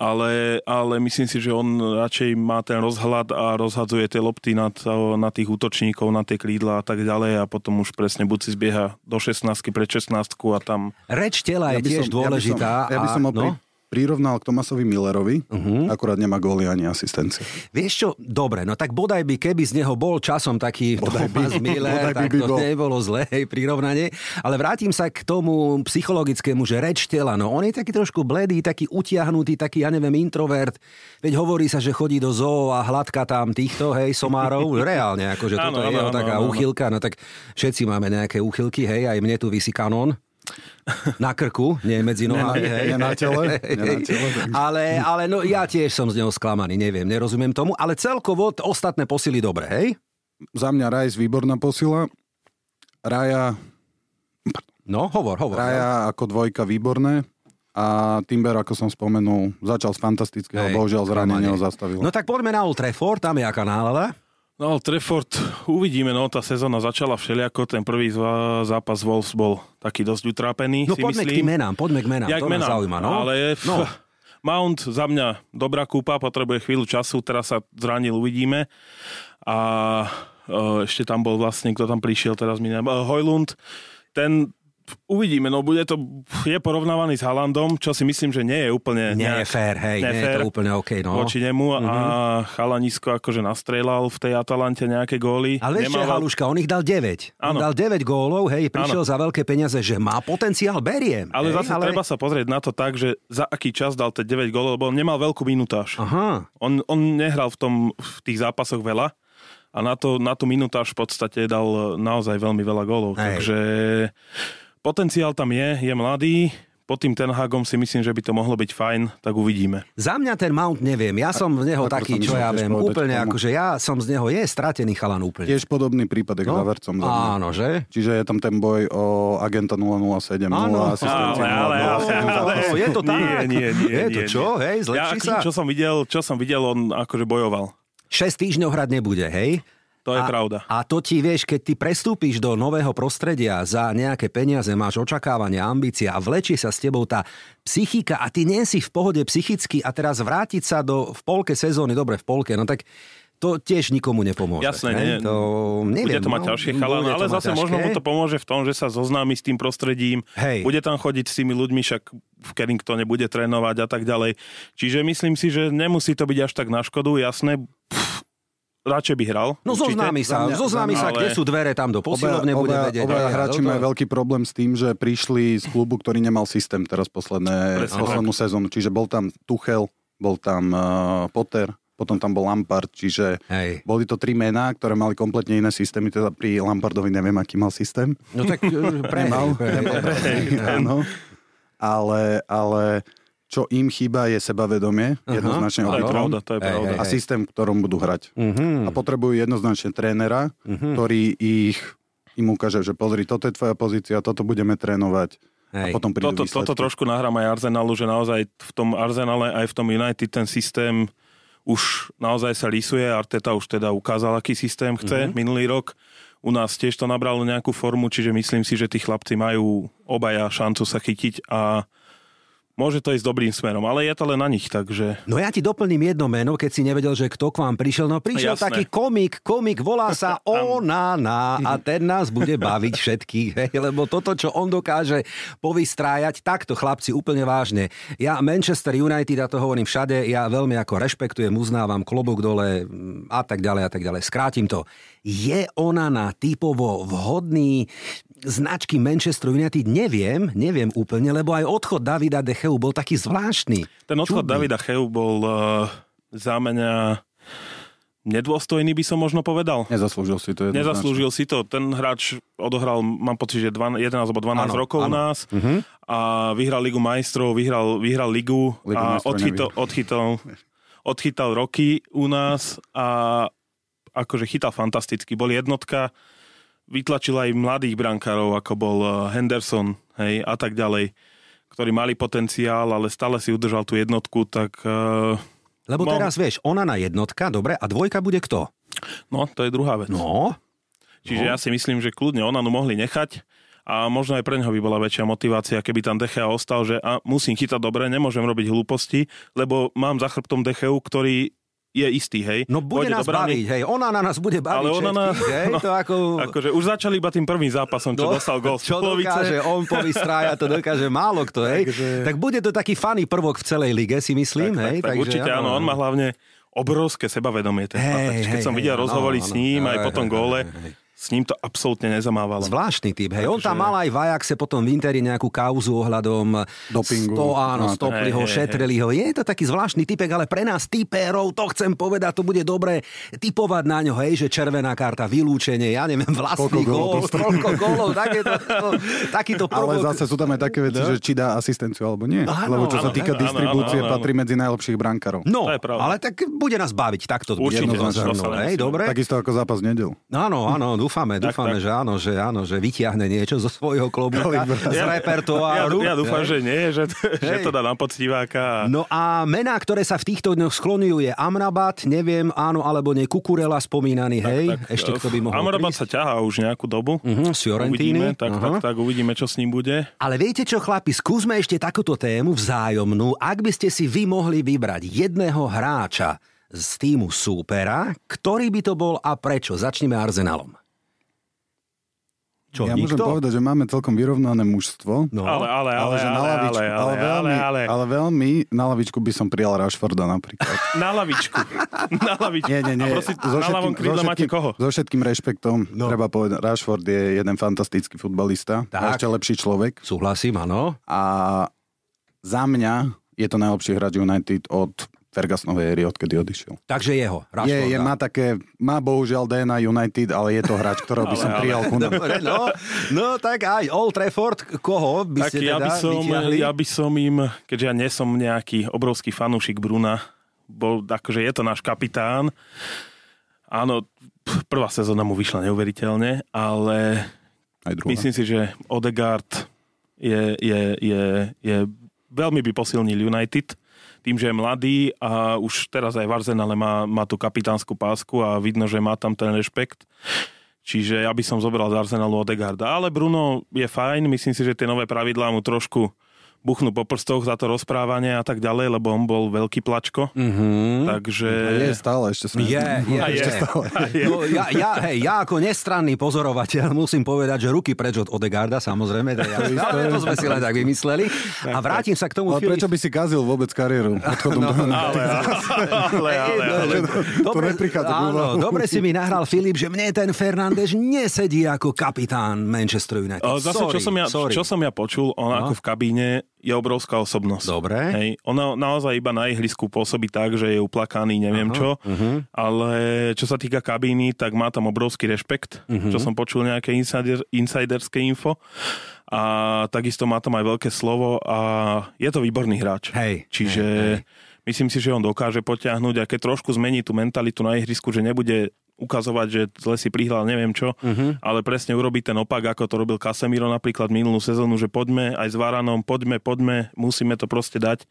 Speaker 3: ale, ale myslím si, že on radšej má ten rozhľad a rozhadzuje tie lopty na, to, na tých útočníkov, na tie krídla a tak ďalej a potom už presne buď si zbieha do 16 pred 16 a tam...
Speaker 1: Reč tela je
Speaker 2: by
Speaker 1: tiež
Speaker 2: som-
Speaker 1: dôležitá.
Speaker 2: Ja by som, ja by som
Speaker 1: a,
Speaker 2: ho pri,
Speaker 1: no? Mhm.
Speaker 2: prirovnal k Tomasovi Millerovi, akurát nemá góly ani asistencie.
Speaker 1: Vieš čo, dobre, no tak bodaj by, keby z neho bol časom taký
Speaker 2: Bodaj by.
Speaker 1: Thomas Miller,
Speaker 2: Bodaj by
Speaker 1: tak
Speaker 2: by
Speaker 1: to
Speaker 2: bol.
Speaker 1: nebolo zlé hej, prirovnanie. Ale vrátim sa k tomu psychologickému, že reč tela, no on je taký trošku bledý, taký utiahnutý, taký, ja neviem, introvert. Veď hovorí sa, že chodí do zoo a hladka tam týchto, hej, somárov, reálne, akože
Speaker 3: Áno,
Speaker 1: toto je
Speaker 3: áno,
Speaker 1: jeho
Speaker 3: áno,
Speaker 1: taká
Speaker 3: áno.
Speaker 1: uchylka, no tak všetci máme nejaké uchylky, hej, aj mne tu vysí kanón. Na krku, nie medzi nohami, hej.
Speaker 2: nie na tele, nie na tele, takže-
Speaker 1: Ale, ale no, ja tiež som z neho sklamaný, neviem, nerozumiem tomu, ale celkovo t- ostatné posily dobre, hej?
Speaker 2: Za mňa Rajs výborná posila. Raja,
Speaker 1: No, hovor, hovor.
Speaker 2: Raja ako dvojka výborné. A Timber, ako som spomenul, začal z fantastického,
Speaker 1: Hej,
Speaker 2: no,
Speaker 1: No,
Speaker 2: bohužiaľ zranenie
Speaker 1: sklamanie.
Speaker 2: ho zastavilo.
Speaker 1: No tak poďme na Old Trafford, tam je aká nálada.
Speaker 3: No, Trefford, uvidíme, no, tá sezóna začala všelijako, ten prvý zva- zápas Wolves bol taký dosť utrápený,
Speaker 1: No
Speaker 3: si
Speaker 1: poďme k
Speaker 3: myslím.
Speaker 1: tým menám, poďme k menám,
Speaker 3: Jak
Speaker 1: to
Speaker 3: mená,
Speaker 1: ma zaujíma. No?
Speaker 3: Ale f-
Speaker 1: no,
Speaker 3: no. Mount za mňa dobrá kúpa, potrebuje chvíľu času, teraz sa zranil, uvidíme. A e, ešte tam bol vlastne, kto tam prišiel, teraz mi neviem, Hojlund. Ten f- Uvidíme, no bude to, je porovnávaný s Halandom, čo si myslím, že nie je úplne...
Speaker 1: nie je
Speaker 3: nejak-
Speaker 1: fér, hej, nie je
Speaker 3: nefér
Speaker 1: to úplne OK. No.
Speaker 3: voči nemu a mm-hmm. chalanisko akože nastrelal v tej Atalante nejaké góly.
Speaker 1: Ale ešte
Speaker 3: Nemával-
Speaker 1: Haluška, on ich dal 9. On
Speaker 3: Áno.
Speaker 1: dal 9 gólov, hej, prišiel za veľké peniaze, že má potenciál, beriem.
Speaker 3: ale
Speaker 1: hej,
Speaker 3: zase treba sa pozrieť na to tak, že za aký čas dal tie 9 gólov, lebo on nemal veľkú minutáž.
Speaker 1: Aha,
Speaker 3: On, on nehral v, tom, v tých zápasoch veľa a na to, na to minutáž v podstate dal naozaj veľmi veľa gólov.
Speaker 1: Hej.
Speaker 3: Takže potenciál tam je, je mladý, pod tým Ten Hagom si myslím, že by to mohlo byť fajn, tak uvidíme.
Speaker 1: Za mňa ten Mount neviem, ja som v neho
Speaker 2: ako
Speaker 1: taký,
Speaker 2: som
Speaker 1: čo
Speaker 2: išiel
Speaker 1: ja
Speaker 2: tiež
Speaker 1: viem,
Speaker 2: povedať
Speaker 1: úplne
Speaker 2: k tomu.
Speaker 1: akože ja som z neho, je stratený chalan úplne.
Speaker 2: Tiež podobný prípadek no? zavercom. Za mňa.
Speaker 1: Áno, že?
Speaker 2: Čiže je tam ten boj o agenta 007,
Speaker 1: Áno.
Speaker 2: 0 asistencia
Speaker 3: Ale, ale, ale,
Speaker 2: 0, 0,
Speaker 3: ale, ale,
Speaker 1: no, je to tak?
Speaker 3: Nie, nie, nie.
Speaker 1: Je
Speaker 3: nie,
Speaker 1: to
Speaker 3: nie.
Speaker 1: čo, hej, zlepší
Speaker 3: ja,
Speaker 1: sa?
Speaker 3: Čo som, videl, čo som videl, on akože bojoval.
Speaker 1: 6 týždňov hrať nebude, hej?
Speaker 3: To je
Speaker 1: a,
Speaker 3: pravda.
Speaker 1: A to ti vieš, keď ty prestúpiš do nového prostredia za nejaké peniaze, máš očakávania, ambícia a vlečie sa s tebou tá psychika a ty nie si v pohode psychicky a teraz vrátiť sa do, v polke sezóny, dobre, v polke, no tak to tiež nikomu nepomôže.
Speaker 3: Jasné,
Speaker 1: hej?
Speaker 3: nie.
Speaker 1: To, neviem,
Speaker 3: bude to mať
Speaker 1: no,
Speaker 3: ťažšie chalán,
Speaker 1: bude to
Speaker 3: ale
Speaker 1: mať
Speaker 3: zase
Speaker 1: ťažké.
Speaker 3: možno mu to pomôže v tom, že sa zoznámi s tým prostredím,
Speaker 1: Hej.
Speaker 3: bude tam chodiť s tými ľuďmi, však v Carringtone bude trénovať a tak ďalej. Čiže myslím si, že nemusí to byť až tak na škodu, jasné, pff, radšej by hral.
Speaker 1: No
Speaker 3: určite.
Speaker 1: zoznámi sa,
Speaker 2: Za mňa-
Speaker 1: zoznámi
Speaker 3: za mňa-
Speaker 1: sa, kde
Speaker 3: ale-
Speaker 1: sú dvere, tam do posilovne bude
Speaker 2: obaja,
Speaker 1: vedieť.
Speaker 2: obaja
Speaker 1: hej,
Speaker 2: hráči
Speaker 1: áno, to-
Speaker 2: majú veľký problém s tým, že prišli z klubu, ktorý nemal systém teraz posledné,
Speaker 3: Presne
Speaker 2: poslednú sezónu. Čiže bol tam Tuchel, bol tam uh, Potter, potom tam bol Lampard, čiže
Speaker 1: Hej.
Speaker 2: E. boli to tri mená, ktoré mali kompletne iné systémy, teda pri Lampardovi neviem, aký mal systém.
Speaker 1: No tak e, prehral. prehral.
Speaker 2: Áno. Ale, ale čo im chýba je sebavedomie, jednoznačne
Speaker 3: To je
Speaker 2: o
Speaker 3: pravda, to je
Speaker 1: Hej,
Speaker 3: pravda. Mhm.
Speaker 2: a systém, v ktorom budú hrať. A potrebujú jednoznačne trénera, ktorý ich im ukáže, že pozri, toto je tvoja pozícia, toto budeme trénovať.
Speaker 1: Hej.
Speaker 2: A potom prídu
Speaker 3: Toto, toto
Speaker 2: výsledky.
Speaker 3: trošku nahrám aj Arsenalu, že naozaj v tom Arsenale aj v tom United ten systém už naozaj sa lisuje. Arteta už teda ukázal, aký systém
Speaker 2: Mhm.
Speaker 3: chce mm-hmm. minulý rok. U nás tiež to nabralo nejakú formu, čiže myslím si, že tí chlapci majú obaja šancu sa chytiť a môže to ísť dobrým smerom, ale je to len na nich, takže...
Speaker 1: No ja ti doplním jedno meno, keď si nevedel, že kto k vám prišiel. No prišiel
Speaker 3: Jasné.
Speaker 1: taký komik, komik volá sa Onana a ten nás bude baviť všetkých, hej, lebo toto, čo on dokáže povystrájať, takto chlapci úplne vážne. Ja Manchester United, a to hovorím všade, ja veľmi ako rešpektujem, uznávam klobok dole mm, a tak ďalej a tak ďalej. Skrátim to. Je Onana typovo vhodný značky Manchester United? Neviem, neviem úplne, lebo aj odchod Davida Decheu bol taký zvláštny.
Speaker 3: Ten odchod
Speaker 1: Čudný.
Speaker 3: Davida Cheu bol uh, za mňa nedôstojný, by som možno povedal.
Speaker 2: Nezaslúžil si to jednoznačne.
Speaker 3: Nezaslúžil si to. Ten hráč odohral, mám pocit, že 12, 11 alebo 12
Speaker 1: Áno,
Speaker 3: rokov u
Speaker 1: áno.
Speaker 3: nás
Speaker 2: Mhm.
Speaker 3: a vyhral Ligu majstrov, vyhral, vyhral Ligu
Speaker 2: Ligu
Speaker 3: a
Speaker 2: majstrov
Speaker 3: odchyto, odchytal, odchytal roky u nás a akože chytal fantasticky. Bol jednotka, vytlačil aj mladých brankárov, ako bol eh, Henderson hej, a tak ďalej, ktorí mali potenciál, ale stále si udržal tú jednotku, tak... eh,
Speaker 1: Lebo
Speaker 3: Mo-
Speaker 1: teraz vieš, ona na jednotka, dobre, a dvojka bude kto?
Speaker 3: No, to je druhá vec.
Speaker 1: No,
Speaker 3: Čiže ja si myslím, že kľudne Onanu mohli nechať a možno aj pre neho by bola väčšia motivácia, keby tam Dechea ostal, že a, musím chytať dobre, nemôžem robiť hlúposti, lebo mám za chrbtom Decheu, ktorý je istý, hej.
Speaker 1: no bude
Speaker 3: Pôjde
Speaker 1: nás
Speaker 3: do brány,
Speaker 1: baviť, hej, ona na nás bude baviť
Speaker 3: Ale ona na...
Speaker 1: všetkých, hej, to ako...
Speaker 3: Akože už začali iba tým prvým zápasom,
Speaker 1: No,
Speaker 3: čo dostal gol z
Speaker 1: Čo
Speaker 3: polovice.
Speaker 1: dokáže on povystrája, to dokáže málo kto, hej. Takže... Tak bude to taký funny prvok v celej lige, si myslím, hej.
Speaker 3: tak, tak
Speaker 1: takže no.
Speaker 3: určite áno, on má hlavne obrovské sebavedomie. Ten
Speaker 1: Hej,
Speaker 3: hey, Keď
Speaker 1: hej,
Speaker 3: som
Speaker 1: hej,
Speaker 3: videl
Speaker 1: áno,
Speaker 3: rozhovory
Speaker 1: áno.
Speaker 3: s ním aj
Speaker 1: Hej,
Speaker 3: po
Speaker 1: hej,
Speaker 3: tom góle,
Speaker 1: hej, hej.
Speaker 3: s ním to absolútne nezamávalo.
Speaker 1: Zvláštny typ, hej. On tam
Speaker 3: Takže-
Speaker 1: mal aj v Ajaxe potom v Interi nejakú kauzu ohľadom
Speaker 2: Dopingu.
Speaker 1: Sto, áno,
Speaker 2: No,
Speaker 1: stopli
Speaker 3: tak-
Speaker 1: ho,
Speaker 3: Hej, hej,
Speaker 1: šetrili ho. Je to taký zvláštny typek, ale pre nás typérov, to chcem povedať, to bude dobré typovať na ňo, hej, že červená karta, vylúčenie, ja neviem, vlastný
Speaker 2: Koľko gólov
Speaker 1: gól,
Speaker 2: dostane?
Speaker 1: koľko gólov, takéto, to, takýto
Speaker 2: Ale
Speaker 1: prvok.
Speaker 2: zase sú tam aj také veci, že či dá asistenciu alebo nie.
Speaker 1: Áno,
Speaker 2: Lebo čo
Speaker 1: áno,
Speaker 2: sa týka
Speaker 3: áno, áno,
Speaker 2: distribúcie,
Speaker 3: áno, áno.
Speaker 2: patrí medzi najlepších brankárov.
Speaker 1: No,
Speaker 3: To je pravda.
Speaker 1: ale tak bude nás baviť, takto to bude
Speaker 3: Určite,
Speaker 1: jednoznačne,
Speaker 3: to sa
Speaker 1: hej,
Speaker 3: nemusíme.
Speaker 1: dobre?
Speaker 2: Takisto ako zápas v nedelu.
Speaker 1: Áno, áno, dúfame,
Speaker 3: Tak,
Speaker 1: dúfame,
Speaker 3: tak.
Speaker 1: že áno, že áno, že vytiahne niečo zo svojho klobúka, z
Speaker 3: Ja,
Speaker 1: repertoáru.
Speaker 3: ja dúfam,
Speaker 1: Hej.
Speaker 3: že nie, že, to- že
Speaker 1: Hej.
Speaker 3: to dá na poctiváka. a-
Speaker 1: No a mená, ktoré sa v týchto dňoch sklonujú, je Amrabat, neviem, áno alebo nie, Kukurela spomínaný, hej, ešte kto by mohol
Speaker 3: eh, Amrabat
Speaker 1: prísť.
Speaker 3: sa ťahá už nejakú dobu.
Speaker 1: Mhm, z Fiorentíny.
Speaker 3: Uvidíme, tak,
Speaker 1: Aha.
Speaker 3: tak, tak, uvidíme, čo s ním bude.
Speaker 1: Ale viete čo, chlapi, skúsme ešte takúto tému vzájomnú. Ak by ste si vy mohli vybrať jedného hráča z týmu súpera, ktorý by to bol a prečo? Začneme Arsenalom. Čo,
Speaker 2: Ja
Speaker 1: nikto?
Speaker 2: môžem povedať, že máme celkom vyrovnané mužstvo.
Speaker 1: No,
Speaker 3: Ale, ale, ale,
Speaker 2: že na
Speaker 3: ale,
Speaker 2: lavičku-
Speaker 3: ale, ale, ale,
Speaker 2: veľmi,
Speaker 3: ale,
Speaker 2: ale veľmi na lavičku by som prijal Rashforda napríklad.
Speaker 3: Na lavičku. Na lavičku.
Speaker 2: Nie, nie, nie.
Speaker 3: A prosím, na ľavom krídle máte koho?
Speaker 2: so všetkým rešpektom,
Speaker 1: No.
Speaker 2: no. treba povedať, Rashford je jeden fantastický futbalista a
Speaker 1: Tak.
Speaker 2: ešte lepší človek.
Speaker 1: Súhlasím, áno.
Speaker 2: A za mňa je to najlepší hráč United od Fergusonovej éry, odkedy odišiel.
Speaker 1: Takže jeho,
Speaker 2: Je,
Speaker 1: Rashforda.
Speaker 2: je, má také, má bohužiaľ DNA United, ale je to hráč, ktorého by som
Speaker 3: Ale, ale.
Speaker 2: prijal ku nám.
Speaker 1: Dobre, no, no tak aj Old Trafford, koho by
Speaker 3: Tak
Speaker 1: ste
Speaker 3: ja
Speaker 1: teda
Speaker 3: by, som,
Speaker 1: vyťahli?
Speaker 3: ja by som im, keďže ja nie som nejaký obrovský fanúšik Bruna, bol, akože je to náš kapitán. Áno, p- prvá sezóna mu vyšla neuveriteľne, ale
Speaker 2: Aj druhá.
Speaker 3: Myslím si, že Odegaard je, je, je, je veľmi by posilnil United tým, že je mladý a už teraz aj v Arsenale má, má tú kapitánsku pásku a vidno, že má tam ten rešpekt. Čiže ja by som zobral z Arsenalu Odegarda. Ale Bruno je fajn, myslím si, že tie nové pravidlá mu trošku buchnú po prstoch za to rozprávanie a tak ďalej, lebo on bol veľký plačko. Mm-hmm. Takže...
Speaker 2: Je stále, ešte som...
Speaker 1: Je, je,
Speaker 3: A
Speaker 1: je.
Speaker 3: je. A je.
Speaker 1: No, ja, ja, hej, ja ako nestranný pozorovateľ musím povedať, že ruky preč od Odegarda, samozrejme, to, ja,
Speaker 2: To isté.
Speaker 1: ale to sme si len tak vymysleli. A vrátim sa k tomu
Speaker 2: Ale
Speaker 1: Fili-
Speaker 2: prečo by si kazil vôbec kariéru
Speaker 3: No,
Speaker 2: odchodom do
Speaker 3: Ale, ale, ale, ale, ale,
Speaker 2: To neprichádza k
Speaker 1: No, áno,
Speaker 2: úvahu.
Speaker 1: dobre si mi nahral Filip, že mne ten Fernández nesedí ako kapitán Manchester United.
Speaker 3: Ale zase,
Speaker 1: sorry,
Speaker 3: čo, som ja,
Speaker 1: sorry.
Speaker 3: čo som ja počul, on ako v kabíne je obrovská osobnosť.
Speaker 1: Dobre.
Speaker 3: Hej, ona naozaj iba na ihlisku pôsobí tak, že je uplakaný, neviem čo,
Speaker 1: mhm.
Speaker 3: uh-huh. ale čo sa týka kabíny, tak má tam obrovský
Speaker 1: Mhm.
Speaker 3: rešpekt, uh-huh. čo som počul nejaké insider, insiderské info a takisto má tam aj veľké slovo a je to výborný hráč.
Speaker 1: Hej,
Speaker 3: Čiže hej, hej. myslím si, že on dokáže potiahnuť a keď trošku zmení tú mentalitu na ihrisku, že nebude ukazovať, že zle si prihľad, neviem čo,
Speaker 1: Mhm.
Speaker 3: uh-huh. ale presne urobiť ten opak, ako to robil Casemiro napríklad minulú sezónu, že poďme aj s Varanom, poďme, poďme, musíme to proste dať.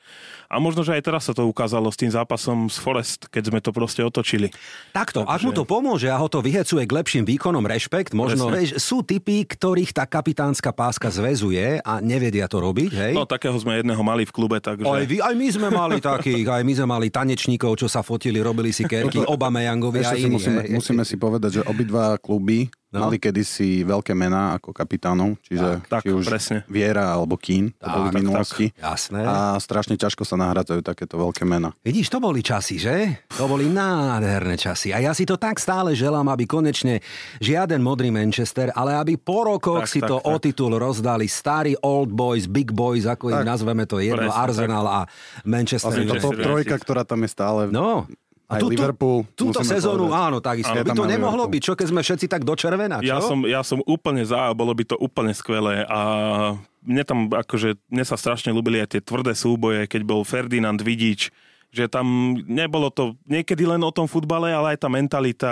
Speaker 3: A možno, že aj teraz sa to ukázalo s tým zápasom s Forest, keď sme to proste otočili.
Speaker 1: Takto, ak mu to pomôže a ho to vyhecuje k lepším výkonom, rešpekt, možno,
Speaker 3: Presne.
Speaker 1: vieš, sú typy, ktorých tá kapitánska páska zväzuje a nevedia to robiť, hej?
Speaker 3: No takého sme jedného mali v klube, takže...
Speaker 1: Aj, vy, aj my sme mali takých, aj my sme mali tanečníkov, čo sa fotili, robili si kerky, Obama Jangovi a
Speaker 2: Ešte si
Speaker 1: iní.
Speaker 2: musíme,
Speaker 1: hej.
Speaker 2: musíme si povedať, že obidva kluby
Speaker 1: No.
Speaker 2: no. mali kedysi veľké mená ako kapitánov, čiže
Speaker 3: Tak,
Speaker 2: či
Speaker 3: tak,
Speaker 2: už
Speaker 3: presne.
Speaker 2: Viera alebo Kín, to
Speaker 1: Tak,
Speaker 2: boli
Speaker 1: tak,
Speaker 2: v minulosti.
Speaker 1: Jasné. A...
Speaker 2: A strašne ťažko sa nahrádzajú takéto veľké mená.
Speaker 1: Vidíš, to boli časy, že? To boli nádherné časy. A ja si to tak stále želám, aby konečne žiaden modrý Manchester, ale aby po rokoch
Speaker 3: Tak,
Speaker 1: si
Speaker 3: tak,
Speaker 1: to
Speaker 3: tak.
Speaker 1: o titul rozdali starí Old Boys, Big Boys, ako ich
Speaker 2: Tak.
Speaker 1: nazveme to jedno,
Speaker 3: Presne,
Speaker 1: Arsenal a Manchester
Speaker 2: Vlastne
Speaker 1: United.
Speaker 2: to
Speaker 3: Manchester
Speaker 2: top
Speaker 3: United.
Speaker 2: trojka, ktorá tam je stále.
Speaker 1: No.
Speaker 2: Aj Liverpool,
Speaker 1: Túto
Speaker 2: musíme
Speaker 1: sezónu,
Speaker 2: povedať.
Speaker 1: áno, takisto.
Speaker 2: Áno,
Speaker 1: By
Speaker 2: tam
Speaker 1: to
Speaker 2: máme
Speaker 1: nemohlo
Speaker 2: Liverpool.
Speaker 1: byť, čo keď sme všetci tak do červená, čo?
Speaker 3: Ja som, ja som úplne za a bolo by to úplne skvelé a mne tam akože, mne sa strašne ľúbili aj tie tvrdé súboje, keď bol Ferdinand Vidič, že tam nebolo to niekedy len o tom futbale, ale aj tá mentalita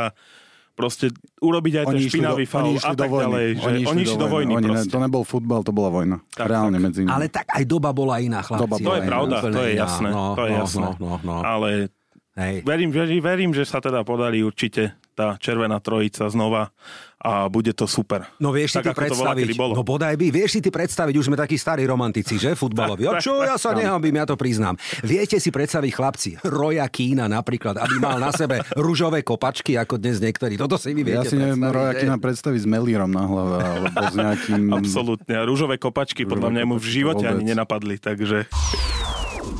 Speaker 3: proste urobiť aj ten špinavý faul a tak ďalej. Že oni išli do vojny
Speaker 2: Oni ne,
Speaker 3: proste.
Speaker 2: to nebol futbal, to bola vojna.
Speaker 3: Tak,
Speaker 2: Tak, Reálne tak. medzi nimi.
Speaker 1: Ale tak aj doba bola iná, chlapci.
Speaker 2: Doba
Speaker 3: To je
Speaker 1: Aj,
Speaker 3: pravda,
Speaker 1: úplne
Speaker 3: to je
Speaker 1: iná.
Speaker 3: jasné,
Speaker 1: No,
Speaker 3: to je
Speaker 1: no,
Speaker 3: jasné.
Speaker 1: No, no, no.
Speaker 3: Ale
Speaker 1: Hej.
Speaker 3: verím, verím, verím, že sa teda podarí určite tá červená trojica znova a bude to super.
Speaker 1: No vieš si ty
Speaker 3: tak, ako to volá,
Speaker 1: predstaviť,
Speaker 3: kedy bolo.
Speaker 1: no bodaj by, vieš si ty predstaviť, už sme takí starí romantici, že, futbaloví. A čo, ja sa nehambím, ja to priznám. Viete si predstaviť, chlapci, Roja Kína napríklad, aby mal na sebe ružové kopačky, ako dnes niektorí. Toto si vy
Speaker 2: ja
Speaker 1: viete
Speaker 2: si neviem,
Speaker 1: predstaviť,
Speaker 2: Roja
Speaker 1: že?
Speaker 2: Kina predstaviť s Melírom na hlave, alebo s nejakým...
Speaker 3: Absolútne. A rúžové kopačky podľa mňa mu v
Speaker 2: kopačky
Speaker 3: živote ani
Speaker 2: vôbec.
Speaker 3: nenapadli, takže...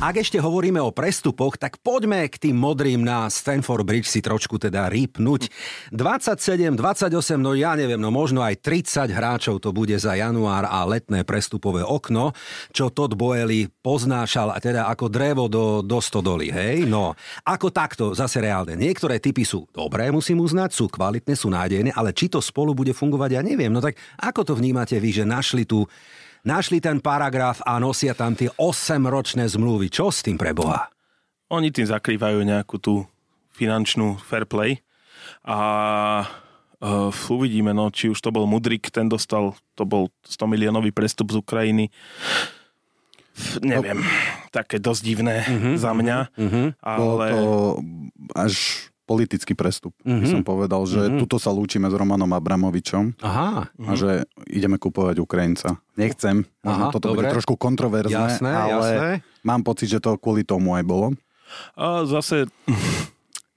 Speaker 1: Ak ešte hovoríme o prestupoch, tak poďme k tým modrým na Stanford Bridge si trošku teda rýpnuť. 27, 28, no ja neviem, no možno aj 30 hráčov to bude za január a letné prestupové okno, čo Todd Boeli poznášal a teda ako drevo do, do stodoly, hej? No, ako takto, zase reálne. Niektoré typy sú dobré, musím uznať, sú kvalitné, sú nádejné, ale či to spolu bude fungovať, ja neviem. No tak ako to vnímate vy, že našli tú Našli ten paragraf a nosia tam tie 8-ročné zmluvy. Čo s tým pre Boha?
Speaker 3: Oni tým zakrývajú nejakú tú finančnú fair play a Uh, uvidíme, no, či už to bol Mudrik, ten dostal, to bol 100 miliónový prestup z Ukrajiny. F, neviem,
Speaker 2: No.
Speaker 3: také dosť divné uh-huh, za mňa, uh-huh,
Speaker 2: Mhm, Bolo
Speaker 3: ale...
Speaker 2: to až politický prestup, by som povedal, že tuto sa lúčime s Romanom Abramovičom
Speaker 1: Aha,
Speaker 2: a že ideme kupovať Ukrajinca. Nechcem,
Speaker 1: Aha,
Speaker 2: Aha, toto
Speaker 1: dobre.
Speaker 2: bude trošku kontroverzné,
Speaker 1: Jasné,
Speaker 2: ale
Speaker 1: jasné.
Speaker 2: mám pocit, že to kvôli tomu aj bolo.
Speaker 3: A zase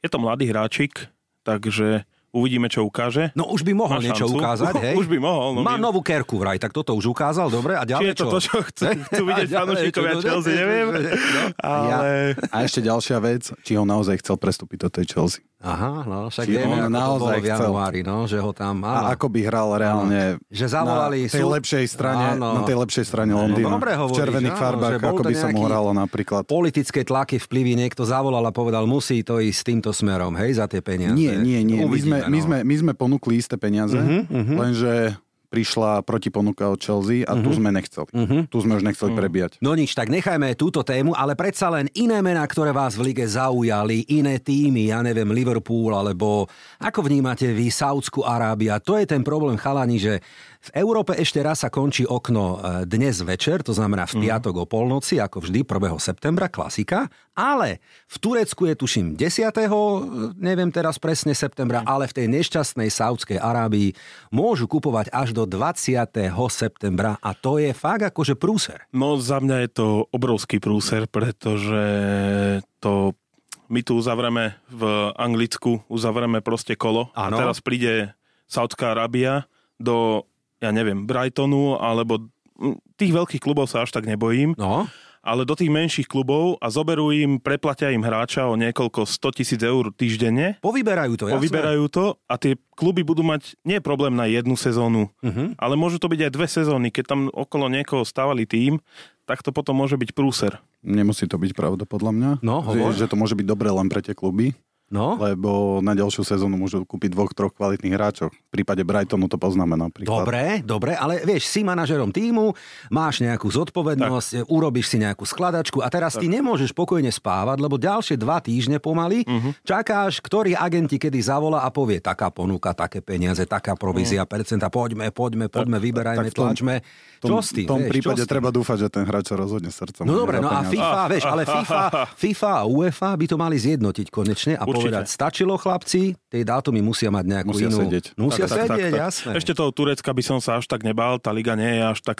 Speaker 3: je to mladý hráčik, takže uvidíme, čo ukáže.
Speaker 1: no už by mohol
Speaker 3: Má
Speaker 1: niečo
Speaker 3: šancu.
Speaker 1: ukázať, hej?
Speaker 3: Už by mohol, no
Speaker 1: Má
Speaker 3: my-
Speaker 1: novú kerku vraj, tak toto už ukázal, dobre? A
Speaker 3: Či
Speaker 1: ďalej
Speaker 3: je to to, čo chcú, chcú vidieť
Speaker 1: A ďalej
Speaker 3: fanúšikovia
Speaker 1: čo?
Speaker 3: Chelsea, neviem.
Speaker 1: No.
Speaker 3: Ale...
Speaker 2: A ešte ďalšia vec, či ho naozaj chcel prestúpiť do tej Chelsea.
Speaker 1: Aha, no, však
Speaker 2: Či
Speaker 1: vieme,
Speaker 2: on
Speaker 1: ako to
Speaker 2: naozaj
Speaker 1: bolo v
Speaker 2: chcel.
Speaker 1: januári, no, že ho tam...
Speaker 2: A
Speaker 1: Áno.
Speaker 2: ako by hral reálne
Speaker 1: Že zavolali
Speaker 2: na tej
Speaker 1: sú-
Speaker 2: lepšej strane,
Speaker 1: Áno. No,
Speaker 2: na tej lepšej strane Londýna.
Speaker 1: dobre hovoríš,
Speaker 2: v červených
Speaker 1: áno, že
Speaker 2: farbách,
Speaker 1: bol
Speaker 2: ako
Speaker 1: to
Speaker 2: by sa mu
Speaker 1: nejaký-
Speaker 2: hralo napríklad.
Speaker 1: politické tlaky vplyvy niekto zavolal a povedal, musí to ísť týmto smerom, hej, za tie peniaze.
Speaker 2: Nie, nie, nie. My sme,
Speaker 1: Uvidíme,
Speaker 2: my,
Speaker 1: no. Mhm,
Speaker 2: sme, my sme ponúkli isté peniaze, uh-huh, uh-huh. lenže prišla protiponuka od Chelsea a uh-huh. tu
Speaker 1: Mhm.
Speaker 2: sme nechceli. Uh-huh. Tu sme už nechceli uh-huh. prebíjať.
Speaker 1: No nič, tak nechajme túto tému, ale predsa len iné mená, ktoré vás v lige zaujali, iné týmy, ja neviem, Liverpool, alebo ako vnímate vy Saudskú Arábia? To je ten problém, chalani, že v Európe ešte raz sa končí okno e, dnes večer, to znamená v piatok o polnoci, ako vždy, 1. septembra, klasika, ale v Turecku je tuším 10. e, neviem teraz presne septembra, ale v tej nešťastnej Saudskej Arábii môžu kupovať až do 20. septembra a to je fakt akože prúser.
Speaker 3: No za mňa je to obrovský prúser, pretože to my tu uzavreme v Anglicku, uzavreme proste kolo
Speaker 1: Áno.
Speaker 3: a teraz príde Saudská Arábia do, ja neviem, Brightonu alebo m, tých veľkých klubov sa až tak nebojím,
Speaker 1: No,
Speaker 3: ale do tých menších klubov a zoberú im, preplatia im hráča o niekoľko 100 tisíc eur týždenne
Speaker 1: Povyberajú to, jasné.
Speaker 3: Povyberajú to a tie kluby budú mať nie problém na jednu sezónu,
Speaker 1: Mhm.
Speaker 3: uh-huh. ale môžu to byť aj dve sezóny. Keď tam okolo niekoho stávali tým, tak to potom môže byť prúser.
Speaker 2: Nemusí to byť pravda, podľa mňa.
Speaker 1: No, hovor.
Speaker 2: že, že to môže byť dobré len pre tie kluby,
Speaker 1: No,
Speaker 2: lebo na ďalšiu sezónu môžu kúpiť dvoch, troch kvalitných hráčov. V prípade Brightonu to poznáme napríklad.
Speaker 1: dobre, dobre, ale vieš, si manažerom týmu, máš nejakú zodpovednosť, tak. urobíš si nejakú skladačku a teraz tak. ty nemôžeš pokojne spávať, lebo ďalšie dva týždne pomaly
Speaker 2: Mhm.
Speaker 1: uh-huh. čakáš, ktorý agent ti kedy zavolá a povie, taká ponuka, také peniaze, taká provízia, uh-huh. percenta, poďme, poďme, poďme, vyberajme,
Speaker 2: Mhm. tak v tom-
Speaker 1: tlačme.
Speaker 2: V
Speaker 1: čo
Speaker 2: tom,
Speaker 1: s tým,
Speaker 2: v tom
Speaker 1: vieš,
Speaker 2: prípade
Speaker 1: čo s tým?
Speaker 2: treba dúfať, že ten hráč sa rozhodne srdcom.
Speaker 1: No
Speaker 2: nie
Speaker 1: dobre,
Speaker 2: za
Speaker 1: no a
Speaker 2: peniaze.
Speaker 1: FIFA, vieš, ale FIFA, FIFA a UEFA by to mali zjednotiť konečne a
Speaker 3: Určite.
Speaker 1: povedať, stačilo chlapci, tie dátumy musia mať nejakú
Speaker 2: Musia
Speaker 1: inú...
Speaker 2: sedieť.
Speaker 1: Musia tak, sedieť, tak, tak, jasné.
Speaker 3: Ešte toho Turecka by som sa až tak nebal, tá liga nie je až tak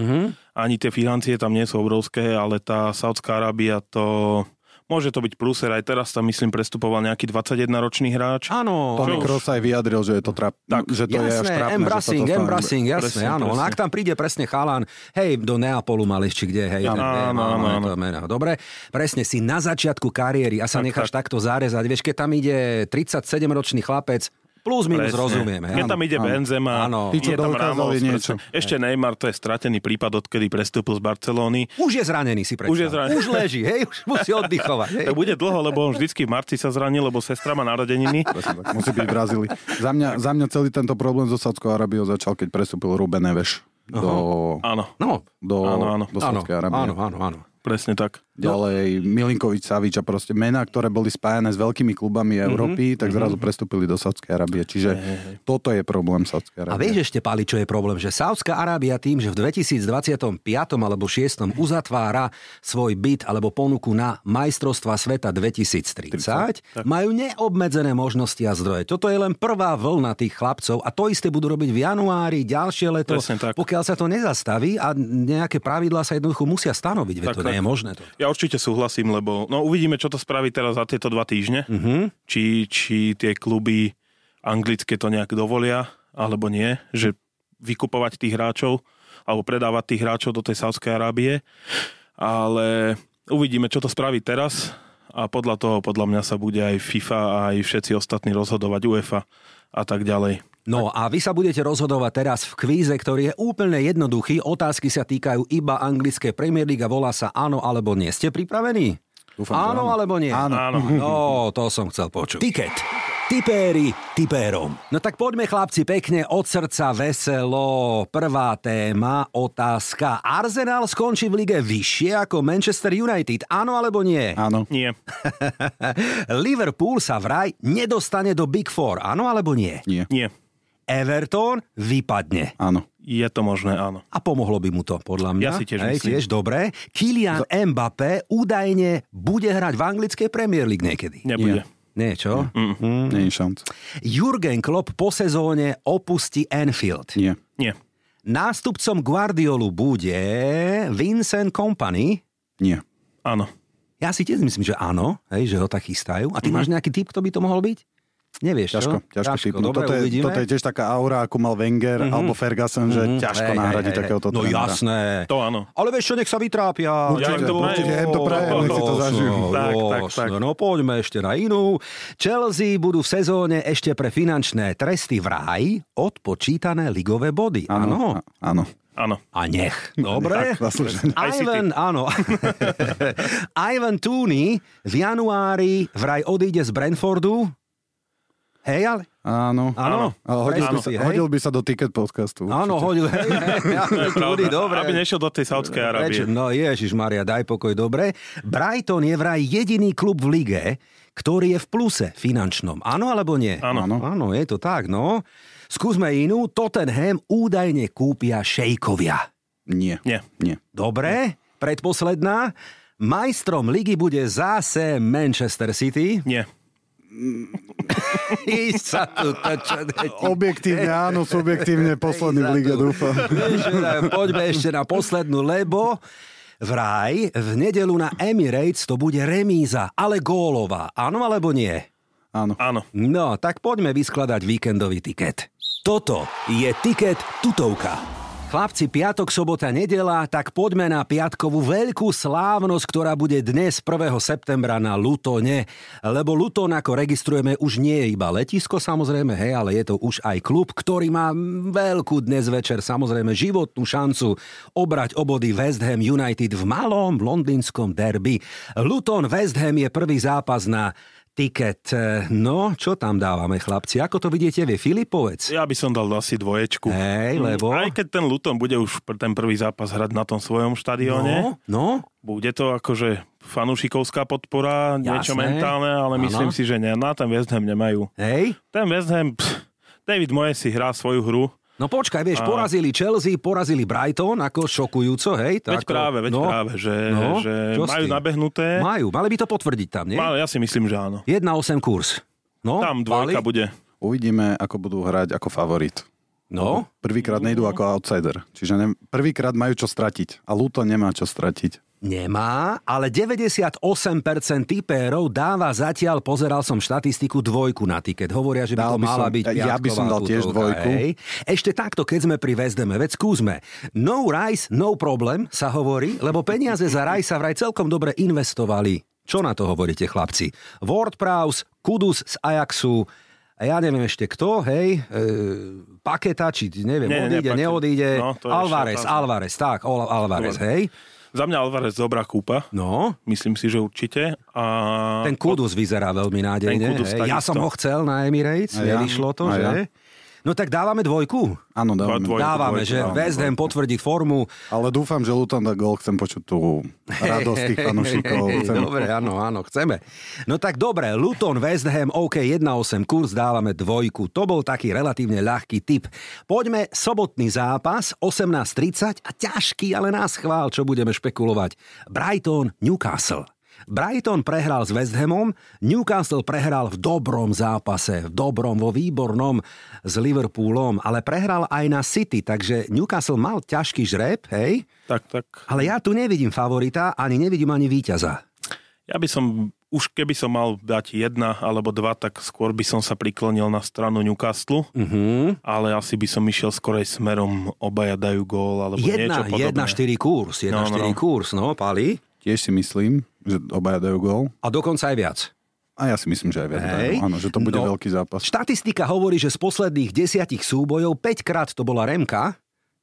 Speaker 1: Mhm.
Speaker 3: uh-huh. ani tie financie tam nie sú obrovské, ale tá Saudská Arábia to... Môže to byť prúser, aj teraz tam myslím prestupoval nejaký 21-ročný hráč.
Speaker 1: Áno,
Speaker 2: Tony
Speaker 3: už-
Speaker 2: Kroos aj vyjadril, že je to, trap, že to je až
Speaker 1: jasné,
Speaker 2: trápne. že sa to
Speaker 1: embracing,
Speaker 2: stane.
Speaker 1: embracing, jasné,
Speaker 3: Presne,
Speaker 1: áno. On,
Speaker 3: presne.
Speaker 1: ak tam príde presne chalan, hej, do Neapolu mali či kde, hej. ten-
Speaker 3: Áno,
Speaker 1: hej,
Speaker 3: áno,
Speaker 1: máme
Speaker 3: áno.
Speaker 1: to meno. Dobre, presne, si na začiatku kariéry a sa
Speaker 3: Tak,
Speaker 1: necháš takto zárezať. Vieš, keď tam ide 37-ročný chlapec, plus minus
Speaker 3: Presne.
Speaker 1: rozumieme.
Speaker 3: Keď
Speaker 1: áno.
Speaker 3: tam ide
Speaker 2: áno.
Speaker 3: Benzema,
Speaker 1: Áno.
Speaker 2: Tí, čo
Speaker 3: je tam
Speaker 2: dokázali
Speaker 3: Ramos,
Speaker 2: niečo.
Speaker 3: presne. ešte Neymar, to je stratený prípad, odkedy prestúpil z Barcelóny.
Speaker 1: Už je zranený si predstav.
Speaker 3: Už je zranený.
Speaker 1: Už leží, hej, už musí oddychovať. Hej.
Speaker 3: Tak bude dlho, lebo on vždycky v marci sa zranil, lebo sestra má narodeniny.
Speaker 2: Presne tak, musí byť v Brazílii. Za mňa, za mňa celý tento problém so Sádskou Arábiou začal, keď prestúpil Ruben Neves do,
Speaker 3: Áno,
Speaker 1: No,
Speaker 2: do,
Speaker 3: Áno, áno.
Speaker 2: do
Speaker 1: áno,
Speaker 2: Sádskej Arábie.
Speaker 1: áno, áno, áno.
Speaker 3: presne tak.
Speaker 2: Ďalej Milinkovič, Savič a proste mená, ktoré boli spájane s veľkými klubami Európy, tak zrazu prestúpili do Sádskej Arábie. Čiže toto je problém
Speaker 1: A
Speaker 2: Sádskej Arábie.
Speaker 1: vieš ešte, Pali, čo je problém? Že Saudská Arábia tým, že v 2025 alebo 6 uzatvára svoj byt alebo ponuku na majstrovstva sveta 2030, majú neobmedzené možnosti a zdroje. Toto je len prvá vlna tých chlapcov a to isté budú robiť v januári, ďalšie leto,
Speaker 3: Presne tak.
Speaker 1: pokiaľ sa to nezastaví a nejaké pravidlá sa jednoducho musia stanoviť, veď
Speaker 3: Tak,
Speaker 1: to
Speaker 3: tak.
Speaker 1: nie je možné. To.
Speaker 3: Ja určite súhlasím, lebo no, uvidíme, čo to spraví teraz za tieto dva týždne. Uh-huh. Či, či tie kluby anglické to nejak dovolia, alebo nie. Že vykupovať tých hráčov, alebo predávať tých hráčov do tej Sávskej Arábie. Ale uvidíme, čo to spraví teraz. A podľa toho, podľa mňa sa bude aj FIFA a aj všetci ostatní rozhodovať UEFA a tak ďalej.
Speaker 1: No a vy sa budete rozhodovať teraz v kvíze, ktorý je úplne jednoduchý. Otázky sa týkajú iba anglické Premier League a volá sa áno alebo nie. Ste pripravení?
Speaker 2: Dúfam, že
Speaker 1: áno,
Speaker 2: áno.
Speaker 1: alebo nie?
Speaker 2: Áno.
Speaker 3: Áno.
Speaker 1: No, to som chcel počuť. Tiket. Tipéri tipérom. No tak poďme chlapci pekne od srdca veselo. Prvá téma, otázka. Arsenal skončí v lige vyššie ako Manchester United, áno alebo nie?
Speaker 2: Áno.
Speaker 3: Nie.
Speaker 1: Liverpool sa vraj nedostane do Big Four, áno alebo nie?
Speaker 2: Nie.
Speaker 3: Nie.
Speaker 1: Everton vypadne.
Speaker 2: Áno.
Speaker 3: Je to možné, áno.
Speaker 1: A pomohlo by mu to, podľa mňa.
Speaker 3: Ja si tiež myslím.
Speaker 1: tiež dobre. Kylian Mbappé údajne bude hrať v anglickej Premier League niekedy.
Speaker 3: Nebude.
Speaker 2: Nie.
Speaker 1: Nie, čo?
Speaker 2: Mm. Nie je šanc.
Speaker 1: Jurgen Klopp po sezóne opustí Anfield.
Speaker 2: Nie.
Speaker 3: Nie.
Speaker 1: Nástupcom Guardiolu bude Vincent Company.
Speaker 2: Nie.
Speaker 3: Áno.
Speaker 1: Ja si tiež myslím, že áno, hej, že ho tak chystajú.
Speaker 3: Mm-hmm.
Speaker 1: A ty máš nejaký typ, kto by to mohol byť? Nevieš,
Speaker 2: Ťažko,
Speaker 1: čo?
Speaker 2: ťažko, ťažko
Speaker 1: dobre,
Speaker 2: toto, je,
Speaker 1: uvidíme. Mhm.
Speaker 2: toto je tiež taká aura, ako mal Wenger mm-hmm. alebo Ferguson, že mm-hmm.
Speaker 1: Mm.
Speaker 2: ťažko
Speaker 1: Hej,
Speaker 2: hey,
Speaker 1: hej,
Speaker 2: nahradiť
Speaker 1: hej,
Speaker 2: hey, takéhoto
Speaker 1: No
Speaker 2: trénera.
Speaker 1: jasné.
Speaker 3: To áno.
Speaker 1: Ale vieš čo, nech sa vytrápia.
Speaker 3: Ja im to prajem.
Speaker 2: určite im to prajem, nech si to zažijú.
Speaker 1: Tak,
Speaker 3: Tak,
Speaker 1: tak,
Speaker 3: tak,
Speaker 1: tak. No poďme ešte na inú. Chelsea budú v sezóne ešte pre finančné tresty v raj odpočítané ligové body. Áno.
Speaker 2: Áno. a- Áno.
Speaker 3: Áno.
Speaker 1: A nech. Dobre.
Speaker 2: Tak, vlastne, zaslúžené.
Speaker 3: Aj si
Speaker 1: Ivan, áno. Ivan Tooney v januári vraj odíde z Brentfordu. Hej, ale...
Speaker 2: Áno.
Speaker 1: Áno.
Speaker 2: A hodil,
Speaker 1: Presne
Speaker 2: by sa,
Speaker 1: si, hej.
Speaker 2: hodil by sa do ticket podcastu.
Speaker 1: Áno, hodil. Hej, hej, Ivan Tooney,
Speaker 3: Pravda.
Speaker 1: dobre.
Speaker 3: Aby nešiel do tej Saudskej
Speaker 1: Prečo?
Speaker 3: Arábie.
Speaker 1: No Ježiš Maria, daj pokoj, dobre. Brighton je vraj jediný klub v lige, ktorý je v pluse finančnom. Áno alebo nie?
Speaker 3: Áno.
Speaker 1: Áno, áno je to tak, no. Skúsme inú. Tottenham údajne kúpia šejkovia.
Speaker 2: Nie.
Speaker 3: Nie.
Speaker 2: Nie.
Speaker 1: Dobre, predposledná. Majstrom ligy bude zase Manchester City.
Speaker 3: Nie.
Speaker 1: Ísť sa tu točať.
Speaker 2: Objektívne áno, subjektívne posledný v lige, dúfam.
Speaker 1: Vieš, že- Poďme ešte na poslednú, lebo vraj v nedelu na Emirates to bude remíza, ale gólová. Áno alebo nie?
Speaker 2: Áno.
Speaker 3: Áno.
Speaker 1: No, tak poďme vyskladať víkendový tiket. Toto je tiket tutovka. Chlapci, piatok, sobota, nedela, tak poďme na piatkovú veľkú slávnosť, ktorá bude dnes 1. septembra na Lutone. Lebo Luton, ako registrujeme, už nie je iba letisko, samozrejme, hej, ale je to už aj klub, ktorý má veľkú dnes večer, samozrejme, životnú šancu obrať obody West Ham United v malom londýnskom derby. Luton West Ham je prvý zápas na Tiket, eh, no, čo tam dávame, chlapci? Ako to vidíte vy, Filip, povedz.
Speaker 3: Ja by som dal asi dvoječku.
Speaker 1: Hej, lebo...
Speaker 3: Aj keď ten Luton bude už pr- ten prvý zápas hrať na tom svojom štadióne, no.
Speaker 1: No, no,
Speaker 3: bude to akože fanúšikovská podpora, Jasné. niečo
Speaker 1: Jasné.
Speaker 3: mentálne, ale
Speaker 1: Áno.
Speaker 3: myslím si, že ne, na ten West Ham nemajú.
Speaker 1: hej.
Speaker 3: Ten West Ham, pff, David Moyes si hrá svoju hru,
Speaker 1: No počkaj, vieš, porazili Chelsea, porazili Brighton, ako šokujúco, hej.
Speaker 3: veď práve, veď
Speaker 1: no,
Speaker 3: práve, že,
Speaker 1: no,
Speaker 3: že
Speaker 1: čo s
Speaker 3: majú
Speaker 1: tým?
Speaker 3: nabehnuté,
Speaker 1: Majú, mali by to potvrdiť tam, nie?
Speaker 3: ale ja si myslím, že áno.
Speaker 1: 1,8 kurz. No,
Speaker 3: Tam
Speaker 1: Pali?
Speaker 3: dvojka bude.
Speaker 2: Uvidíme, ako budú hrať ako favorit.
Speaker 1: No,
Speaker 2: Prvýkrát nejdú ako outsider. Čiže ne, prvýkrát majú čo stratiť. A Luton nemá čo stratiť.
Speaker 1: Nemá, ale 98% tipérov dáva zatiaľ, pozeral som štatistiku, dvojku na tiket. Hovoria, že by
Speaker 2: Dal
Speaker 1: to
Speaker 2: by
Speaker 1: mala
Speaker 2: som-
Speaker 1: byť
Speaker 2: ja
Speaker 1: piatková
Speaker 2: by som dal tiež
Speaker 1: tutovka,
Speaker 2: dvojku.
Speaker 1: Hej. Ešte takto, keď sme pri Vezdeme, veď skúsme. No rice, no problem sa hovorí, lebo peniaze za raj sa vraj celkom dobre investovali. Čo na to hovoríte, chlapci? WordPress, Kudus z Ajaxu, a ja neviem ešte kto, hej, e, paketa, či neviem,
Speaker 3: Nie, nie,
Speaker 1: odíde,
Speaker 3: Paketa.
Speaker 1: neodíde,
Speaker 3: No, to je
Speaker 1: Alvarez,
Speaker 3: ešte otázka.
Speaker 1: Alvarez, tak, Ola- Alvarez,
Speaker 3: Dobre.
Speaker 1: hej.
Speaker 3: Za mňa Alvarez dobrá kúpa,
Speaker 1: No,
Speaker 3: myslím si, že určite. A
Speaker 1: Ten Kudus vyzerá veľmi nádejne.
Speaker 3: No, Ten Kudus
Speaker 1: hej. ja
Speaker 3: takisto.
Speaker 1: som ho chcel na Emirates,
Speaker 2: A ja.
Speaker 1: nevyšlo to,
Speaker 2: A
Speaker 1: že?
Speaker 2: ja.
Speaker 1: No tak dávame dvojku.
Speaker 2: Áno, dávame.
Speaker 3: Dvoj-
Speaker 1: Dávame,
Speaker 3: dvojku,
Speaker 1: že
Speaker 2: dávame
Speaker 1: West Ham potvrdí formu.
Speaker 2: Ale dúfam, že Luton dá gol. Chcem počuť tú radosť tých fanúšikov. Chcem...
Speaker 1: dobre, áno, áno, chceme. No tak dobre, Luton, West Ham, OK, 1-8 kurz, dávame dvojku. To bol taký relatívne ľahký typ. Poďme, sobotný zápas, 18.30 a ťažký, ale nás chvál, čo budeme špekulovať. Brighton, Newcastle. Brighton prehral s West Hamom, Newcastle prehral v dobrom zápase, v dobrom, vo výbornom s Liverpoolom, ale prehral aj na City, takže Newcastle mal ťažký žreb, hej?
Speaker 3: Tak, tak.
Speaker 1: Ale ja tu nevidím favorita, ani nevidím ani víťaza.
Speaker 3: Ja by som, už keby som mal dať jedna alebo dva, tak skôr by som sa priklonil na stranu Newcastle,
Speaker 1: Uh-huh.
Speaker 3: ale asi by som išiel skorej smerom obaja dajú gól alebo niečo
Speaker 1: Jedna,
Speaker 3: podobné.
Speaker 1: jedna, štyri kurs, jedna, no,
Speaker 3: No, no.
Speaker 1: štyri kurs, no, Pali.
Speaker 2: Tiež si myslím, že obaja dajú gól.
Speaker 1: A dokonca aj viac.
Speaker 2: A ja si myslím, že aj viac dajú.
Speaker 1: Hej.
Speaker 2: Áno, že to bude
Speaker 1: No.
Speaker 2: veľký zápas.
Speaker 1: Štatistika hovorí, že z posledných desiatich súbojov 5 krát to bola Remka,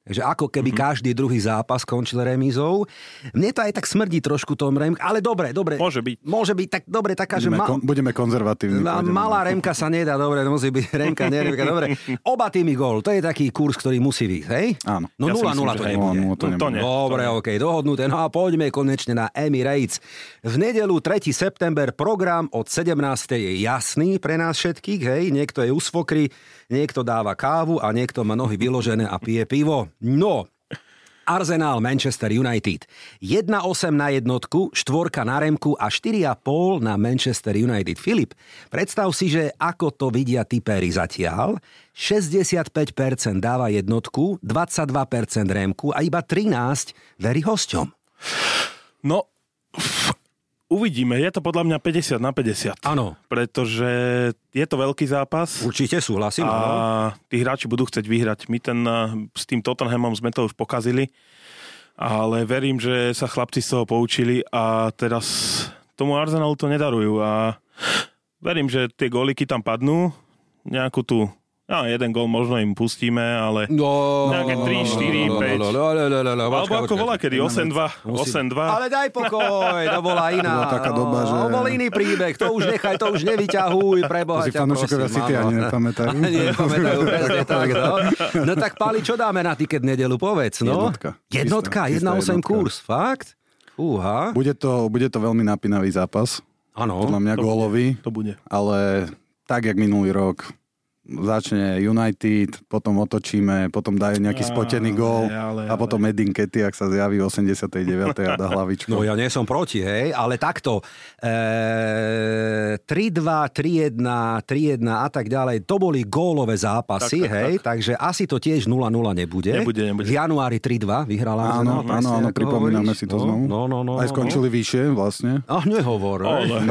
Speaker 1: Že ako keby
Speaker 3: Mhm.
Speaker 1: mm-hmm. každý druhý zápas končil remízou. Mne to aj tak smrdí trošku tom Remk, ale dobre, dobre.
Speaker 3: Môže byť.
Speaker 1: Môže byť, tak dobre, taká, že...
Speaker 2: Budeme, kon, budeme konzervatívni.
Speaker 1: Ma,
Speaker 2: pôjdeme
Speaker 1: malá
Speaker 2: na-
Speaker 1: Remka sa nedá, dobre, musí byť Remka, nie Remka, dobre. Oba tými gól, to je taký kurz, ktorý musí byť, hej?
Speaker 2: Áno.
Speaker 1: No 0-0
Speaker 3: Ja si myslím,
Speaker 1: to
Speaker 3: že hej.
Speaker 1: nebude.
Speaker 2: No, no, to
Speaker 3: No, to
Speaker 2: nebude.
Speaker 3: nie.
Speaker 1: Dobre, OK, dohodnuté. No a poďme konečne na Emirates. V nedelu 3. september program od 17. je jasný pre nás všetkých, hej. Niekto je usfokry, niekto dáva kávu a niekto má nohy vyložené a pije pivo. No, Arsenal Manchester United. 1-8 na jednotku, štvorka na Remku a 4,5 na Manchester United. Filip, predstav si, že ako to vidia typéry zatiaľ. 65% dáva jednotku, 22% Remku a iba 13 verí hosťom.
Speaker 3: No, pff, uvidíme. Je to podľa mňa 50 na 50.
Speaker 1: Áno.
Speaker 3: Pretože je to veľký zápas.
Speaker 1: Určite súhlasím. áno.
Speaker 3: A tí hráči budú chcieť vyhrať. My ten, eh, s tým Tottenhamom sme to už pokazili, ale verím, že sa chlapci z toho poučili a teraz tomu Arsenalu to nedarujú a verím, že tie góliky tam padnú, nejakú tu, a jeden gól možno im pustíme, ale...
Speaker 1: No,
Speaker 3: Nejaké tri, štyri, päť. Alebo ako volá kedy, 8-2,
Speaker 1: Musím.
Speaker 3: 8-2.
Speaker 1: Ale daj pokoj, to bola iná. No,
Speaker 2: To bola taká doba, že-
Speaker 1: To bol iný príbeh, to už nechaj, to už nevyťahuj, preboha
Speaker 2: To si
Speaker 1: ťa,
Speaker 2: fanúšikovia
Speaker 1: prosím,
Speaker 2: City
Speaker 1: áno.
Speaker 2: ani nepamätajú.
Speaker 1: Nepamätajú, presne tak, no. No tak Pali, čo dáme na tiket nedelu, povedz, no?
Speaker 2: Jednotka.
Speaker 1: Jednotka,
Speaker 2: Čistá, čistá
Speaker 1: 1,8
Speaker 2: jednotka.
Speaker 1: kurz, fakt? Fúha.
Speaker 2: Bude to, bude to veľmi napínavý zápas,
Speaker 1: Áno.
Speaker 2: podľa mňa
Speaker 3: to bude.
Speaker 2: gólový,
Speaker 3: To bude.
Speaker 2: ale tak, jak minulý rok, začne United, potom otočíme, potom dajú nejaký
Speaker 3: Ale,
Speaker 2: spotený gól
Speaker 3: ale,
Speaker 2: a potom Edin Ketty, ak sa zjaví v 89. a dá hlavičku.
Speaker 1: No ja nie som proti, hej, ale takto. E, 3-2, 3-1, 3-1 a tak ďalej, to boli gólové zápasy,
Speaker 3: Tak, tak,
Speaker 1: hej, takže asi to tiež 0-0 nebude.
Speaker 3: Nebude, nebude.
Speaker 1: V januári 3-2 vyhrala. Arsenal, No,
Speaker 2: Áno, áno,
Speaker 1: presne,
Speaker 2: áno,
Speaker 1: ako
Speaker 2: pripomíname
Speaker 1: hovoríš.
Speaker 2: si to
Speaker 1: no,
Speaker 2: znovu.
Speaker 1: No, no, no.
Speaker 2: Aj
Speaker 1: no,
Speaker 2: skončili vyššie vlastne.
Speaker 1: No. Ach, nehovor. hej.
Speaker 3: Ale,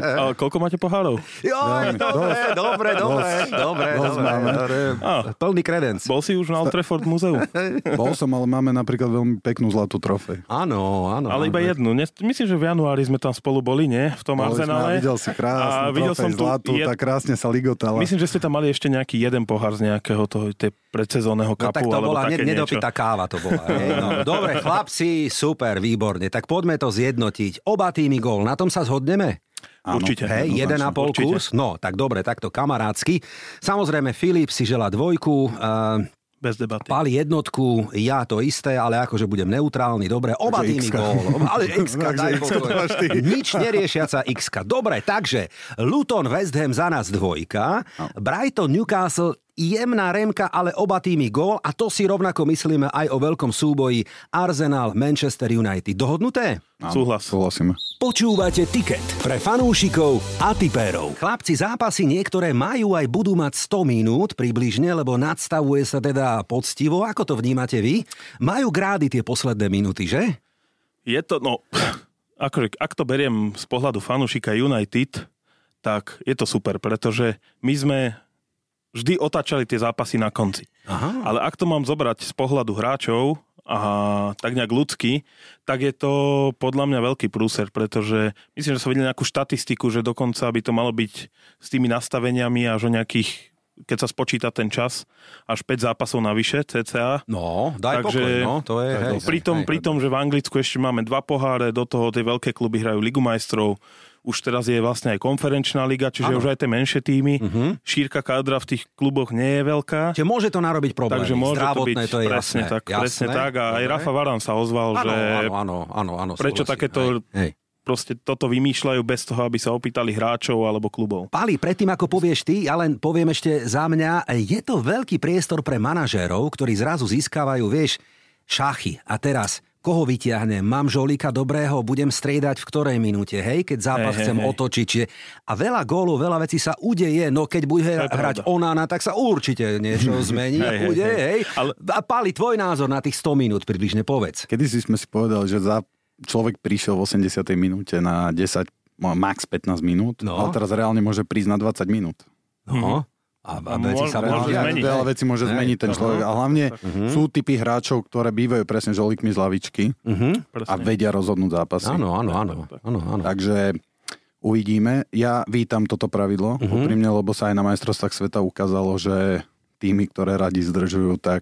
Speaker 3: ale koľko máte pohárov?
Speaker 1: Joj, dobre, dobre, dobre, dobre,
Speaker 2: Dosť
Speaker 1: dobre,
Speaker 2: máme.
Speaker 1: dobre.
Speaker 3: Á.
Speaker 1: Plný kredenc.
Speaker 3: Bol si už na Old Trafford múzeu?
Speaker 2: Bol som, ale máme napríklad veľmi peknú zlatú trofej.
Speaker 1: Áno, áno.
Speaker 3: Ale
Speaker 1: áno.
Speaker 3: iba jednu. Ne- Myslím, že v januári sme tam spolu boli, nie? V tom
Speaker 2: Boli sme a
Speaker 3: Arsenále.
Speaker 2: videl si krásnu
Speaker 3: A videl
Speaker 2: trofej
Speaker 3: som tu
Speaker 2: zlatú,
Speaker 3: jed-
Speaker 2: tak krásne sa ligotala.
Speaker 3: Myslím, že ste tam mali ešte nejaký jeden pohár z nejakého toho tej predsezónneho
Speaker 1: No
Speaker 3: kapu,
Speaker 1: tak to
Speaker 3: alebo
Speaker 1: bola
Speaker 3: také
Speaker 1: ne-
Speaker 3: niečo.
Speaker 1: nedopitá káva to bola. hej, No. Dobre, chlapci, super, výborne. Tak poďme to zjednotiť. Oba týmy gól, na tom sa zhodneme?
Speaker 2: Áno.
Speaker 3: Určite.
Speaker 1: Hej,
Speaker 2: jednoznačne,
Speaker 1: jeden a pol
Speaker 3: určite.
Speaker 1: kurz? No, tak dobre, takto kamarádsky. Samozrejme, Filip si žela dvojku, uh,
Speaker 3: Bez debaty.
Speaker 1: pali jednotku, ja to isté, ale akože budem neutrálny, dobre, oba
Speaker 2: Takže
Speaker 1: týmy
Speaker 2: X-ka.
Speaker 1: gól. Ale x
Speaker 2: Takže
Speaker 1: daj
Speaker 2: X-ka
Speaker 1: pokoj.
Speaker 2: to máš ty.
Speaker 1: Nič neriešiaca x Dobre, takže Luton, West Ham za nás dvojka,
Speaker 2: No.
Speaker 1: Brighton, Newcastle, jemná remka, ale oba týmy gól a to si rovnako myslíme aj o veľkom súboji Arsenal, Manchester United. Dohodnuté?
Speaker 2: Áno,
Speaker 3: Súhlas.
Speaker 2: Súhlasíme.
Speaker 4: Počúvate Ticket pre fanúšikov a tipérov.
Speaker 1: Chlapci, zápasy niektoré majú aj budú mať 100 minút približne, lebo nadstavuje sa teda poctivo. Ako to vnímate vy? Majú grády tie posledné minúty, že?
Speaker 3: Je to, no, akože, ak to beriem z pohľadu fanúšika United, tak je to super, pretože my sme vždy otáčali tie zápasy na konci.
Speaker 1: Aha.
Speaker 3: Ale ak to mám zobrať z pohľadu hráčov a tak nejak ľudský, tak je to podľa mňa veľký prúser, pretože myslím, že som videl nejakú štatistiku, že dokonca by to malo byť s tými nastaveniami až o nejakých, keď sa spočíta ten čas, až 5 zápasov navyše cca.
Speaker 1: No, daj
Speaker 3: Takže-
Speaker 1: pokoj, no, to je, hej.
Speaker 3: Pri tom, pri tom, že v Anglicku ešte máme dva poháre, do toho tie veľké kluby hrajú Ligu majstrov, už teraz je vlastne aj konferenčná liga, čiže už aj tie menšie týmy.
Speaker 1: Mhm.
Speaker 3: Šírka kádra v tých kluboch nie je veľká.
Speaker 1: Čiže môže to narobiť problémy.
Speaker 3: Takže môže to byť
Speaker 1: Zdravotné, to, je
Speaker 3: presne,
Speaker 1: jasné.
Speaker 3: tak,
Speaker 1: jasné.
Speaker 3: presne tak. A aj
Speaker 1: dobre.
Speaker 3: Rafa Varan sa ozval,
Speaker 1: Áno,
Speaker 3: že
Speaker 1: áno, áno, áno, áno, súhlasím,
Speaker 3: prečo takéto-
Speaker 1: Hej. Hej.
Speaker 3: proste toto vymýšľajú bez toho, aby sa opýtali hráčov alebo klubov.
Speaker 1: Pali, predtým ako povieš ty, ja len poviem ešte za mňa, je to veľký priestor pre manažérov, ktorí zrazu získavajú, vieš, šachy. A teraz, koho vyťahnem? Mám žolíka dobrého, budem striedať v ktorej minúte, hej, keď zápas
Speaker 3: Hej, hej,
Speaker 1: chcem
Speaker 3: hej.
Speaker 1: otočiť. Čiže... A veľa gólov, veľa vecí sa udeje, no keď bude
Speaker 3: je
Speaker 1: hrať
Speaker 3: pravda.
Speaker 1: Onana, tak sa určite niečo zmení a
Speaker 3: Hej, hej,
Speaker 1: bude,
Speaker 3: hej.
Speaker 1: hej.
Speaker 3: Ale-
Speaker 1: A Pali, tvoj názor na tých 100 minút približne povedz.
Speaker 2: Kedy si sme si povedali, že za človek prišiel v 80. minúte na 10, mo- max 15 minút,
Speaker 1: No.
Speaker 2: no. ale teraz reálne môže prísť na 20 minút.
Speaker 1: No. A, a
Speaker 3: No,
Speaker 1: veci
Speaker 3: môže-
Speaker 1: sa
Speaker 3: môže
Speaker 1: môžu-
Speaker 3: Mhm. zmeniť.
Speaker 2: Veľa vecí môže
Speaker 1: Hej,
Speaker 2: zmeniť ten človek. A hlavne sú typy hráčov, ktoré bývajú presne žolíkmi z lavičky
Speaker 1: Mhm.
Speaker 2: a
Speaker 3: Presne.
Speaker 2: vedia rozhodnúť zápasy.
Speaker 1: Áno, áno, áno. áno, áno. Mhm.
Speaker 2: Takže uvidíme. Ja vítam toto pravidlo, úprimne, lebo sa aj na majstrovstvách sveta ukázalo, že týmy, ktoré radi zdržujú, tak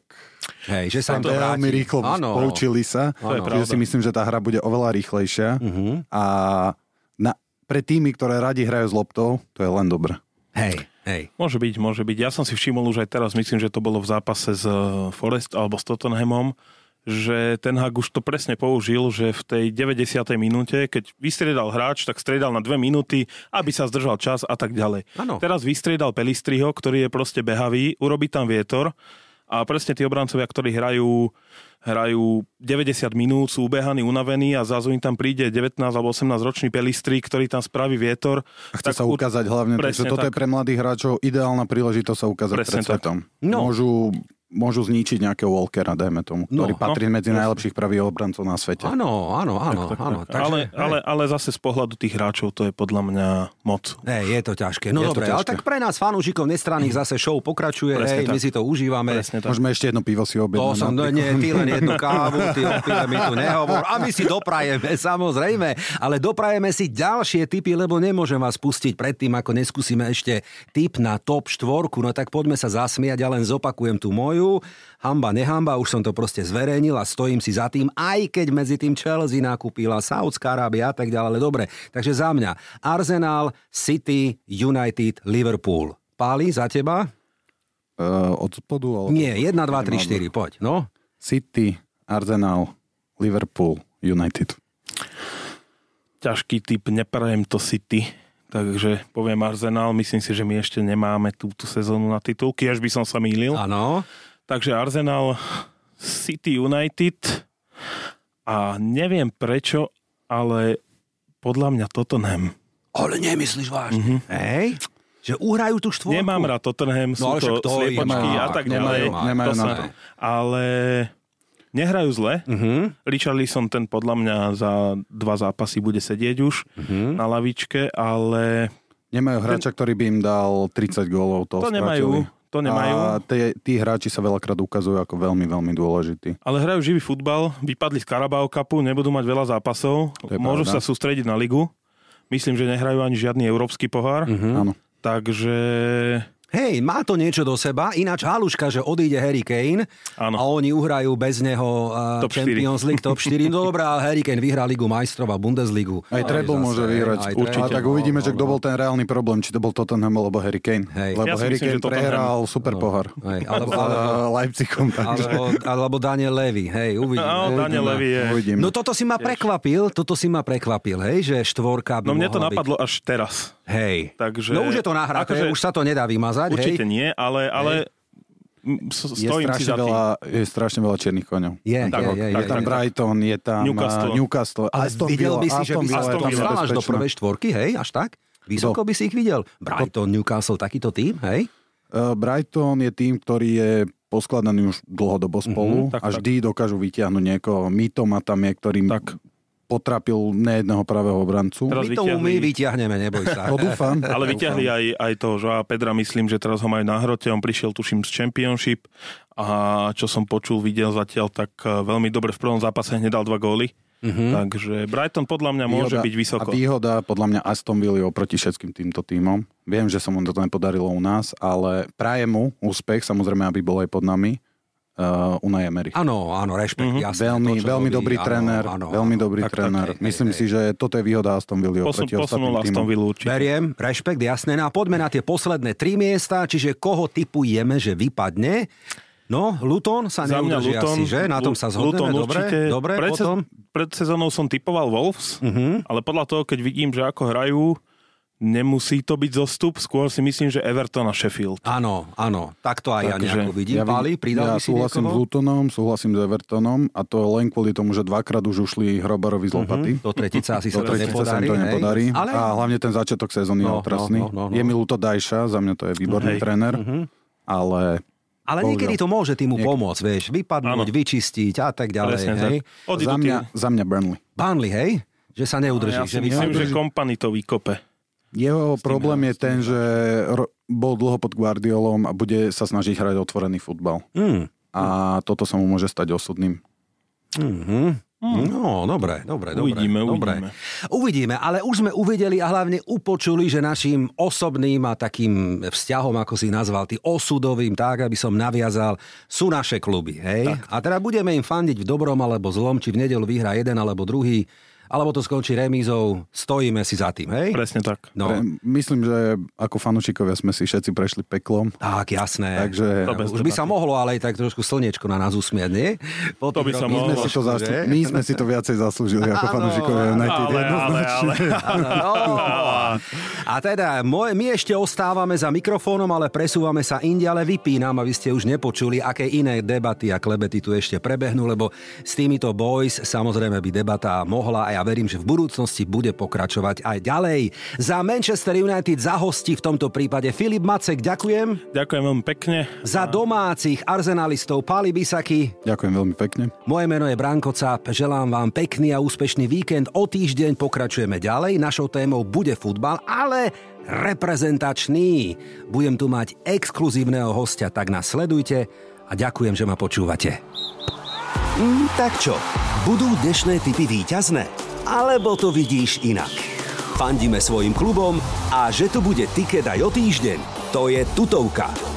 Speaker 1: Hej, že sa im to vráti.
Speaker 2: veľmi rýchlo
Speaker 1: Áno.
Speaker 2: poučili sa.
Speaker 1: To je
Speaker 2: Čiže si myslím, že tá hra bude oveľa rýchlejšia.
Speaker 1: Mhm.
Speaker 2: A na, pre týmy, ktoré radi hrajú s loptou, to je len dobré.
Speaker 1: Hej, hej.
Speaker 3: Môže byť, môže byť. Ja som si všimol už aj teraz, myslím, že to bolo v zápase s eh, Forest alebo s Tottenhamom, že ten Hag už to presne použil, že v tej 90. minúte, keď vystriedal hráč, tak striedal na dve minúty, aby sa zdržal čas a tak ďalej.
Speaker 1: Áno.
Speaker 3: Teraz vystriedal Pelistriho, ktorý je proste behavý, urobí tam vietor a presne tí obrancovia, ktorí hrajú hrajú 90 minút, sú ubehaní, unavení a zrazu im tam príde 19 alebo 18 ročný Pelistri, ktorý tam spraví vietor.
Speaker 2: A chce sa ukázať hlavne,
Speaker 3: Presne
Speaker 2: takže toto
Speaker 3: tak.
Speaker 2: je pre mladých hráčov ideálna príležitosť sa ukázať
Speaker 3: Presne
Speaker 2: pred
Speaker 3: tak.
Speaker 2: svetom.
Speaker 1: No.
Speaker 2: Môžu, môžu zničiť nejakého Walkera, dajme tomu,
Speaker 1: No,
Speaker 2: ktorý
Speaker 1: no,
Speaker 2: patrí medzi najlepších pravých obrancov na svete.
Speaker 1: Áno, áno, áno, áno. Takže,
Speaker 3: ale,
Speaker 1: hej.
Speaker 3: ale, ale zase z pohľadu tých hráčov to je podľa mňa moc.
Speaker 1: Hej, je to ťažké. No
Speaker 2: Je to
Speaker 1: dobre, ale
Speaker 2: ťažké.
Speaker 1: tak pre nás fanúšikov nestranných zase show pokračuje,
Speaker 3: Presne
Speaker 1: hej, my
Speaker 3: tak.
Speaker 1: si to užívame.
Speaker 3: Presne tak.
Speaker 2: Môžeme ešte jedno pivo si
Speaker 1: To
Speaker 2: objednať.
Speaker 1: som, no nie, ty len jednu kávu, ty o pive mi tu nehovor. A my si doprajeme, samozrejme, ale doprajeme si ďalšie typy, lebo nemôžem vás pustiť predtým, ako neskúsime ešte tip na top štvorku. No tak poďme sa zasmiať, ja len zopakujem tú moju. Hamba, nehamba, už som to proste zverejnil a stojím si za tým, aj keď medzi tým Chelsea nakúpila Saudská Arábia a tak ďalej, ale dobre. Takže za mňa Arsenal, City, United, Liverpool. Páli, za teba?
Speaker 2: Uh, od spodu? Alebo...
Speaker 1: Nie, 1, 2, 3, 4, poď. No,
Speaker 2: City, Arsenal, Liverpool, United.
Speaker 3: Ťažký typ, neprajem to City. Takže poviem Arsenal, myslím si, že my ešte nemáme túto sezónu na titul, kiež by som sa mýlil. A.
Speaker 1: áno.
Speaker 3: Takže Arsenal, City United a neviem prečo, ale podľa mňa Tottenham.
Speaker 1: Ale nemyslíš vážne. Mm-hmm. Hej? Že uhrajú tú štvorku.
Speaker 3: Mhm. Nemám rád Tottenham, sú
Speaker 1: No, ale
Speaker 3: to
Speaker 1: však to je-
Speaker 3: sliepočky
Speaker 1: nemajú-
Speaker 3: a tak
Speaker 2: nemajú-
Speaker 3: ďalej.
Speaker 2: nemajú
Speaker 3: to
Speaker 2: na
Speaker 3: sa-
Speaker 2: to.
Speaker 3: Ale nehrajú zle.
Speaker 1: Uh-huh.
Speaker 3: Richarlison ten podľa mňa za dva zápasy bude sedieť už
Speaker 1: Mhm.
Speaker 3: na lavičke, ale
Speaker 2: Nemajú hráča, ktorý by im dal 30 gólov, to,
Speaker 3: to nemajú.
Speaker 2: stratili.
Speaker 3: To nemajú.
Speaker 2: A tie, tí hráči sa veľakrát ukazujú ako veľmi, veľmi dôležití.
Speaker 3: Ale hrajú živý futbal, vypadli z Carabao Cupu, nebudú mať veľa zápasov,
Speaker 2: To je
Speaker 3: môžu
Speaker 2: pravda.
Speaker 3: sa sústrediť na ligu. Myslím, že nehrajú ani žiadny európsky pohár,
Speaker 1: Mhm.
Speaker 2: Hm? Áno.
Speaker 3: takže
Speaker 1: Hej, má to niečo do seba, ináč haluška, že odíde Harry Kane a
Speaker 3: áno.
Speaker 1: oni uhrajú bez neho uh,
Speaker 3: Top
Speaker 1: Champions League Top 4. No dobré, ale Harry Kane vyhrá Ligu majstrov a Bundesligu.
Speaker 2: Aj Treble
Speaker 1: zase,
Speaker 2: môže
Speaker 1: hej,
Speaker 2: vyhrať.
Speaker 1: aj
Speaker 2: Určite.
Speaker 1: treble,
Speaker 2: A tak uvidíme,
Speaker 1: no,
Speaker 2: že kto
Speaker 1: no,
Speaker 2: bol ten reálny problém, či to bol Tottenham alebo Harry Kane.
Speaker 1: Hej. No.
Speaker 2: Lebo
Speaker 3: Ja si
Speaker 2: Harry
Speaker 3: myslím, že
Speaker 2: Kane
Speaker 3: Tottenham.
Speaker 2: prehral super pohár.
Speaker 1: Hej, alebo, alebo,
Speaker 2: Ale... Leipzigom, takže
Speaker 1: alebo, alebo Daniel Levy, hej, uvidíme.
Speaker 3: Áno, Daniel
Speaker 1: uvidíme.
Speaker 3: Levy je...
Speaker 2: uvidíme.
Speaker 1: No toto si ma prekvapil, toto si ma prekvapil, hej, že štvorka by
Speaker 3: No mne to
Speaker 1: mohla byť.
Speaker 3: napadlo až teraz.
Speaker 1: Hej.
Speaker 3: Takže-
Speaker 1: No už je to nahraté,
Speaker 3: Akože-
Speaker 1: už sa to nedá vymazať, hej.
Speaker 3: Určite nie, ale, ale m, s-
Speaker 2: je
Speaker 3: stojím si
Speaker 2: strašne,
Speaker 3: za tým.
Speaker 2: veľa, je strašne veľa černých koňov.
Speaker 1: Je,
Speaker 2: Tak,
Speaker 1: je, je,
Speaker 2: je
Speaker 1: je,
Speaker 2: tam
Speaker 1: je.
Speaker 2: Brighton, je tam
Speaker 3: Newcastle.
Speaker 2: Newcastle. Newcastle.
Speaker 1: Ale
Speaker 2: Aston
Speaker 1: videl
Speaker 2: Villa,
Speaker 1: by si, že by
Speaker 2: Aston
Speaker 1: si
Speaker 2: Villa,
Speaker 1: Aston
Speaker 2: tam
Speaker 3: Aston Villa.
Speaker 2: No.
Speaker 1: Villa až do
Speaker 2: nebezpečná.
Speaker 1: prvej štvorky, hej, až tak? Vysoko by si ich videl. Brighton, Newcastle, takýto tým, hej?
Speaker 2: Eh, Brighton je tým, ktorý je poskladaný už dlhodobo spolu
Speaker 3: Mhm, tak,
Speaker 2: a vždy dokážu vytiahnuť niekoho. Mitoma tam je, ktorý
Speaker 3: Tak.
Speaker 2: potrapil nejedného pravého obrancu.
Speaker 3: Teraz
Speaker 1: My tomu my
Speaker 3: vyťahli-
Speaker 1: vyťahneme, neboj sa.
Speaker 2: No dúfam.
Speaker 3: Ale vyťahli aj, aj toho Joa Pedra, myslím, že teraz ho majú na hrote, on prišiel tuším z Championship a čo som počul, videl zatiaľ, tak e, veľmi dobre v prvom zápase hneď dal dva góly.
Speaker 1: Mhm.
Speaker 3: Mm-hmm. Takže Brighton podľa mňa môže
Speaker 2: Výhoda-
Speaker 3: byť vysoko.
Speaker 2: A výhoda podľa mňa Aston Villa oproti všetkým týmto týmom. Viem, že sa mu to nepodarilo u nás, ale praje mu úspech, samozrejme, aby bol aj pod nami, uh, Unai Emery.
Speaker 1: Áno, áno, rešpekt,
Speaker 3: Mhm.
Speaker 1: mm-hmm. jasné.
Speaker 2: veľmi,
Speaker 1: to, čo
Speaker 2: veľmi
Speaker 1: robí,
Speaker 2: dobrý
Speaker 1: áno,
Speaker 2: tréner,
Speaker 1: áno,
Speaker 2: veľmi
Speaker 1: áno.
Speaker 2: dobrý
Speaker 3: Tak, tak,
Speaker 2: tréner.
Speaker 1: hej, hej,
Speaker 2: Myslím
Speaker 1: hej.
Speaker 2: si, že toto je výhoda Aston Villa
Speaker 3: Posun,
Speaker 2: oproti ostatným
Speaker 3: posunul Aston
Speaker 2: týmom.
Speaker 3: Villa určite.
Speaker 1: Beriem, rešpekt, jasné. No a poďme na tie posledné tri miesta, čiže koho typujeme, že vypadne. No, Luton sa
Speaker 3: Za mňa
Speaker 1: neudrží
Speaker 3: Luton,
Speaker 1: asi, že? Na tom sa zhodneme,
Speaker 3: Luton
Speaker 1: dobre?
Speaker 3: určite.
Speaker 1: Dobre,
Speaker 3: pred, se-
Speaker 1: potom? Mhm.
Speaker 3: pred sezónou som typoval Wolves, uh-huh. ale podľa toho, keď vidím, že ako hrajú, nemusí to byť zostup, skôr si myslím, že Everton a Sheffield.
Speaker 1: Áno, áno, tak to aj ja
Speaker 3: Takže
Speaker 1: nejako vidím. Ja
Speaker 2: Ja, vid-
Speaker 1: Pali,
Speaker 2: ja
Speaker 1: pridal by si
Speaker 2: súhlasím s
Speaker 1: niekoho?
Speaker 2: Lutonom, súhlasím s Evertonom a to len kvôli tomu, že dvakrát už ušli Hrobarovi z Lopaty.
Speaker 1: Do tretice asi sa Mhm.
Speaker 2: Do
Speaker 1: to
Speaker 2: tretice sa
Speaker 1: nepodarí.
Speaker 2: im to
Speaker 1: hej?
Speaker 2: nepodarí.
Speaker 1: Ale
Speaker 2: A hlavne ten začiatok sezóny je
Speaker 1: No, no,
Speaker 2: otrasný.
Speaker 1: no, Mhm. no, no.
Speaker 2: Je mi ľúto Dajša, za mňa to je výborný
Speaker 3: Hej.
Speaker 2: tréner, ale
Speaker 1: Ale
Speaker 2: Bohužiaľ.
Speaker 1: niekedy to môže týmu pomôcť, vieš, vypadnúť,
Speaker 3: Áno.
Speaker 1: vyčistiť a tak ďalej,
Speaker 3: Presne
Speaker 1: hej.
Speaker 3: tak. Odídu
Speaker 2: za
Speaker 3: tie-
Speaker 2: mňa, za mňa Burnley.
Speaker 1: Burnley, hej? Že sa neudrží.
Speaker 2: No,
Speaker 3: Ja
Speaker 1: že
Speaker 3: si
Speaker 1: Mm.
Speaker 3: myslím,
Speaker 1: vypadne.
Speaker 3: že kompany to vykope.
Speaker 2: Jeho problém je ten, že ro- bol dlho pod Guardiolom a bude sa snažiť hrať otvorený futbal.
Speaker 1: Mm.
Speaker 2: A toto sa mu môže stať osudným.
Speaker 1: Mhm. No, dobre, dobre, dobre.
Speaker 3: Hm. Uvidíme,
Speaker 1: dobre.
Speaker 3: uvidíme.
Speaker 1: Uvidíme, ale už sme uvideli a hlavne upočuli, že našim osobným a takým vzťahom, ako si nazval, ty osudovým, tak, aby som naviazal, sú naše kluby, hej? Tak. A teda budeme im fandiť v dobrom alebo zlom, či v nedelu vyhrá jeden alebo druhý, alebo to skončí remízou, stojíme si za tým, hej?
Speaker 3: Presne tak.
Speaker 1: No,
Speaker 2: Pre, myslím, že ako fanúšikovia sme si všetci prešli peklom.
Speaker 1: tak, jasné.
Speaker 2: Takže-
Speaker 3: To bez
Speaker 1: už by
Speaker 3: debaty.
Speaker 1: sa mohlo, ale aj tak trošku slnečko na nás usmiať, nie? Po
Speaker 3: To by
Speaker 1: tých rokoch,
Speaker 3: sa
Speaker 2: My sme
Speaker 3: mohlo,
Speaker 2: si to,
Speaker 1: že?
Speaker 2: zaslu- my sme si to viacej zaslúžili ako
Speaker 1: Áno,
Speaker 2: fanúšikovia
Speaker 1: áno.
Speaker 2: United.
Speaker 3: Ale, ale, ale,
Speaker 1: No. A teda, moje, my ešte ostávame za mikrofónom, ale presúvame sa inde, ale vypínam, aby ste už nepočuli, aké iné debaty a klebety tu ešte prebehnú, lebo s týmito boys samozrejme by debata mohla a ja verím, že v budúcnosti bude pokračovať aj ďalej. Za Manchester United za hosti v tomto prípade Filip Macek, ďakujem.
Speaker 3: Ďakujem veľmi pekne.
Speaker 1: Za domácich arzenalistov Pali Bisaky,
Speaker 2: Ďakujem veľmi pekne.
Speaker 1: moje meno je Branko Cap, želám vám pekný a úspešný víkend. O týždeň pokračujeme ďalej, našou témou bude futbal, ale reprezentačný. Budem tu mať exkluzívneho hostia, tak nás sledujte a ďakujem, že ma počúvate.
Speaker 4: Mm, tak čo, budú dnešné typy výťazné? Alebo to vidíš inak? Fandíme svojim klubom a že tu bude tiket aj o týždeň, to je tutovka.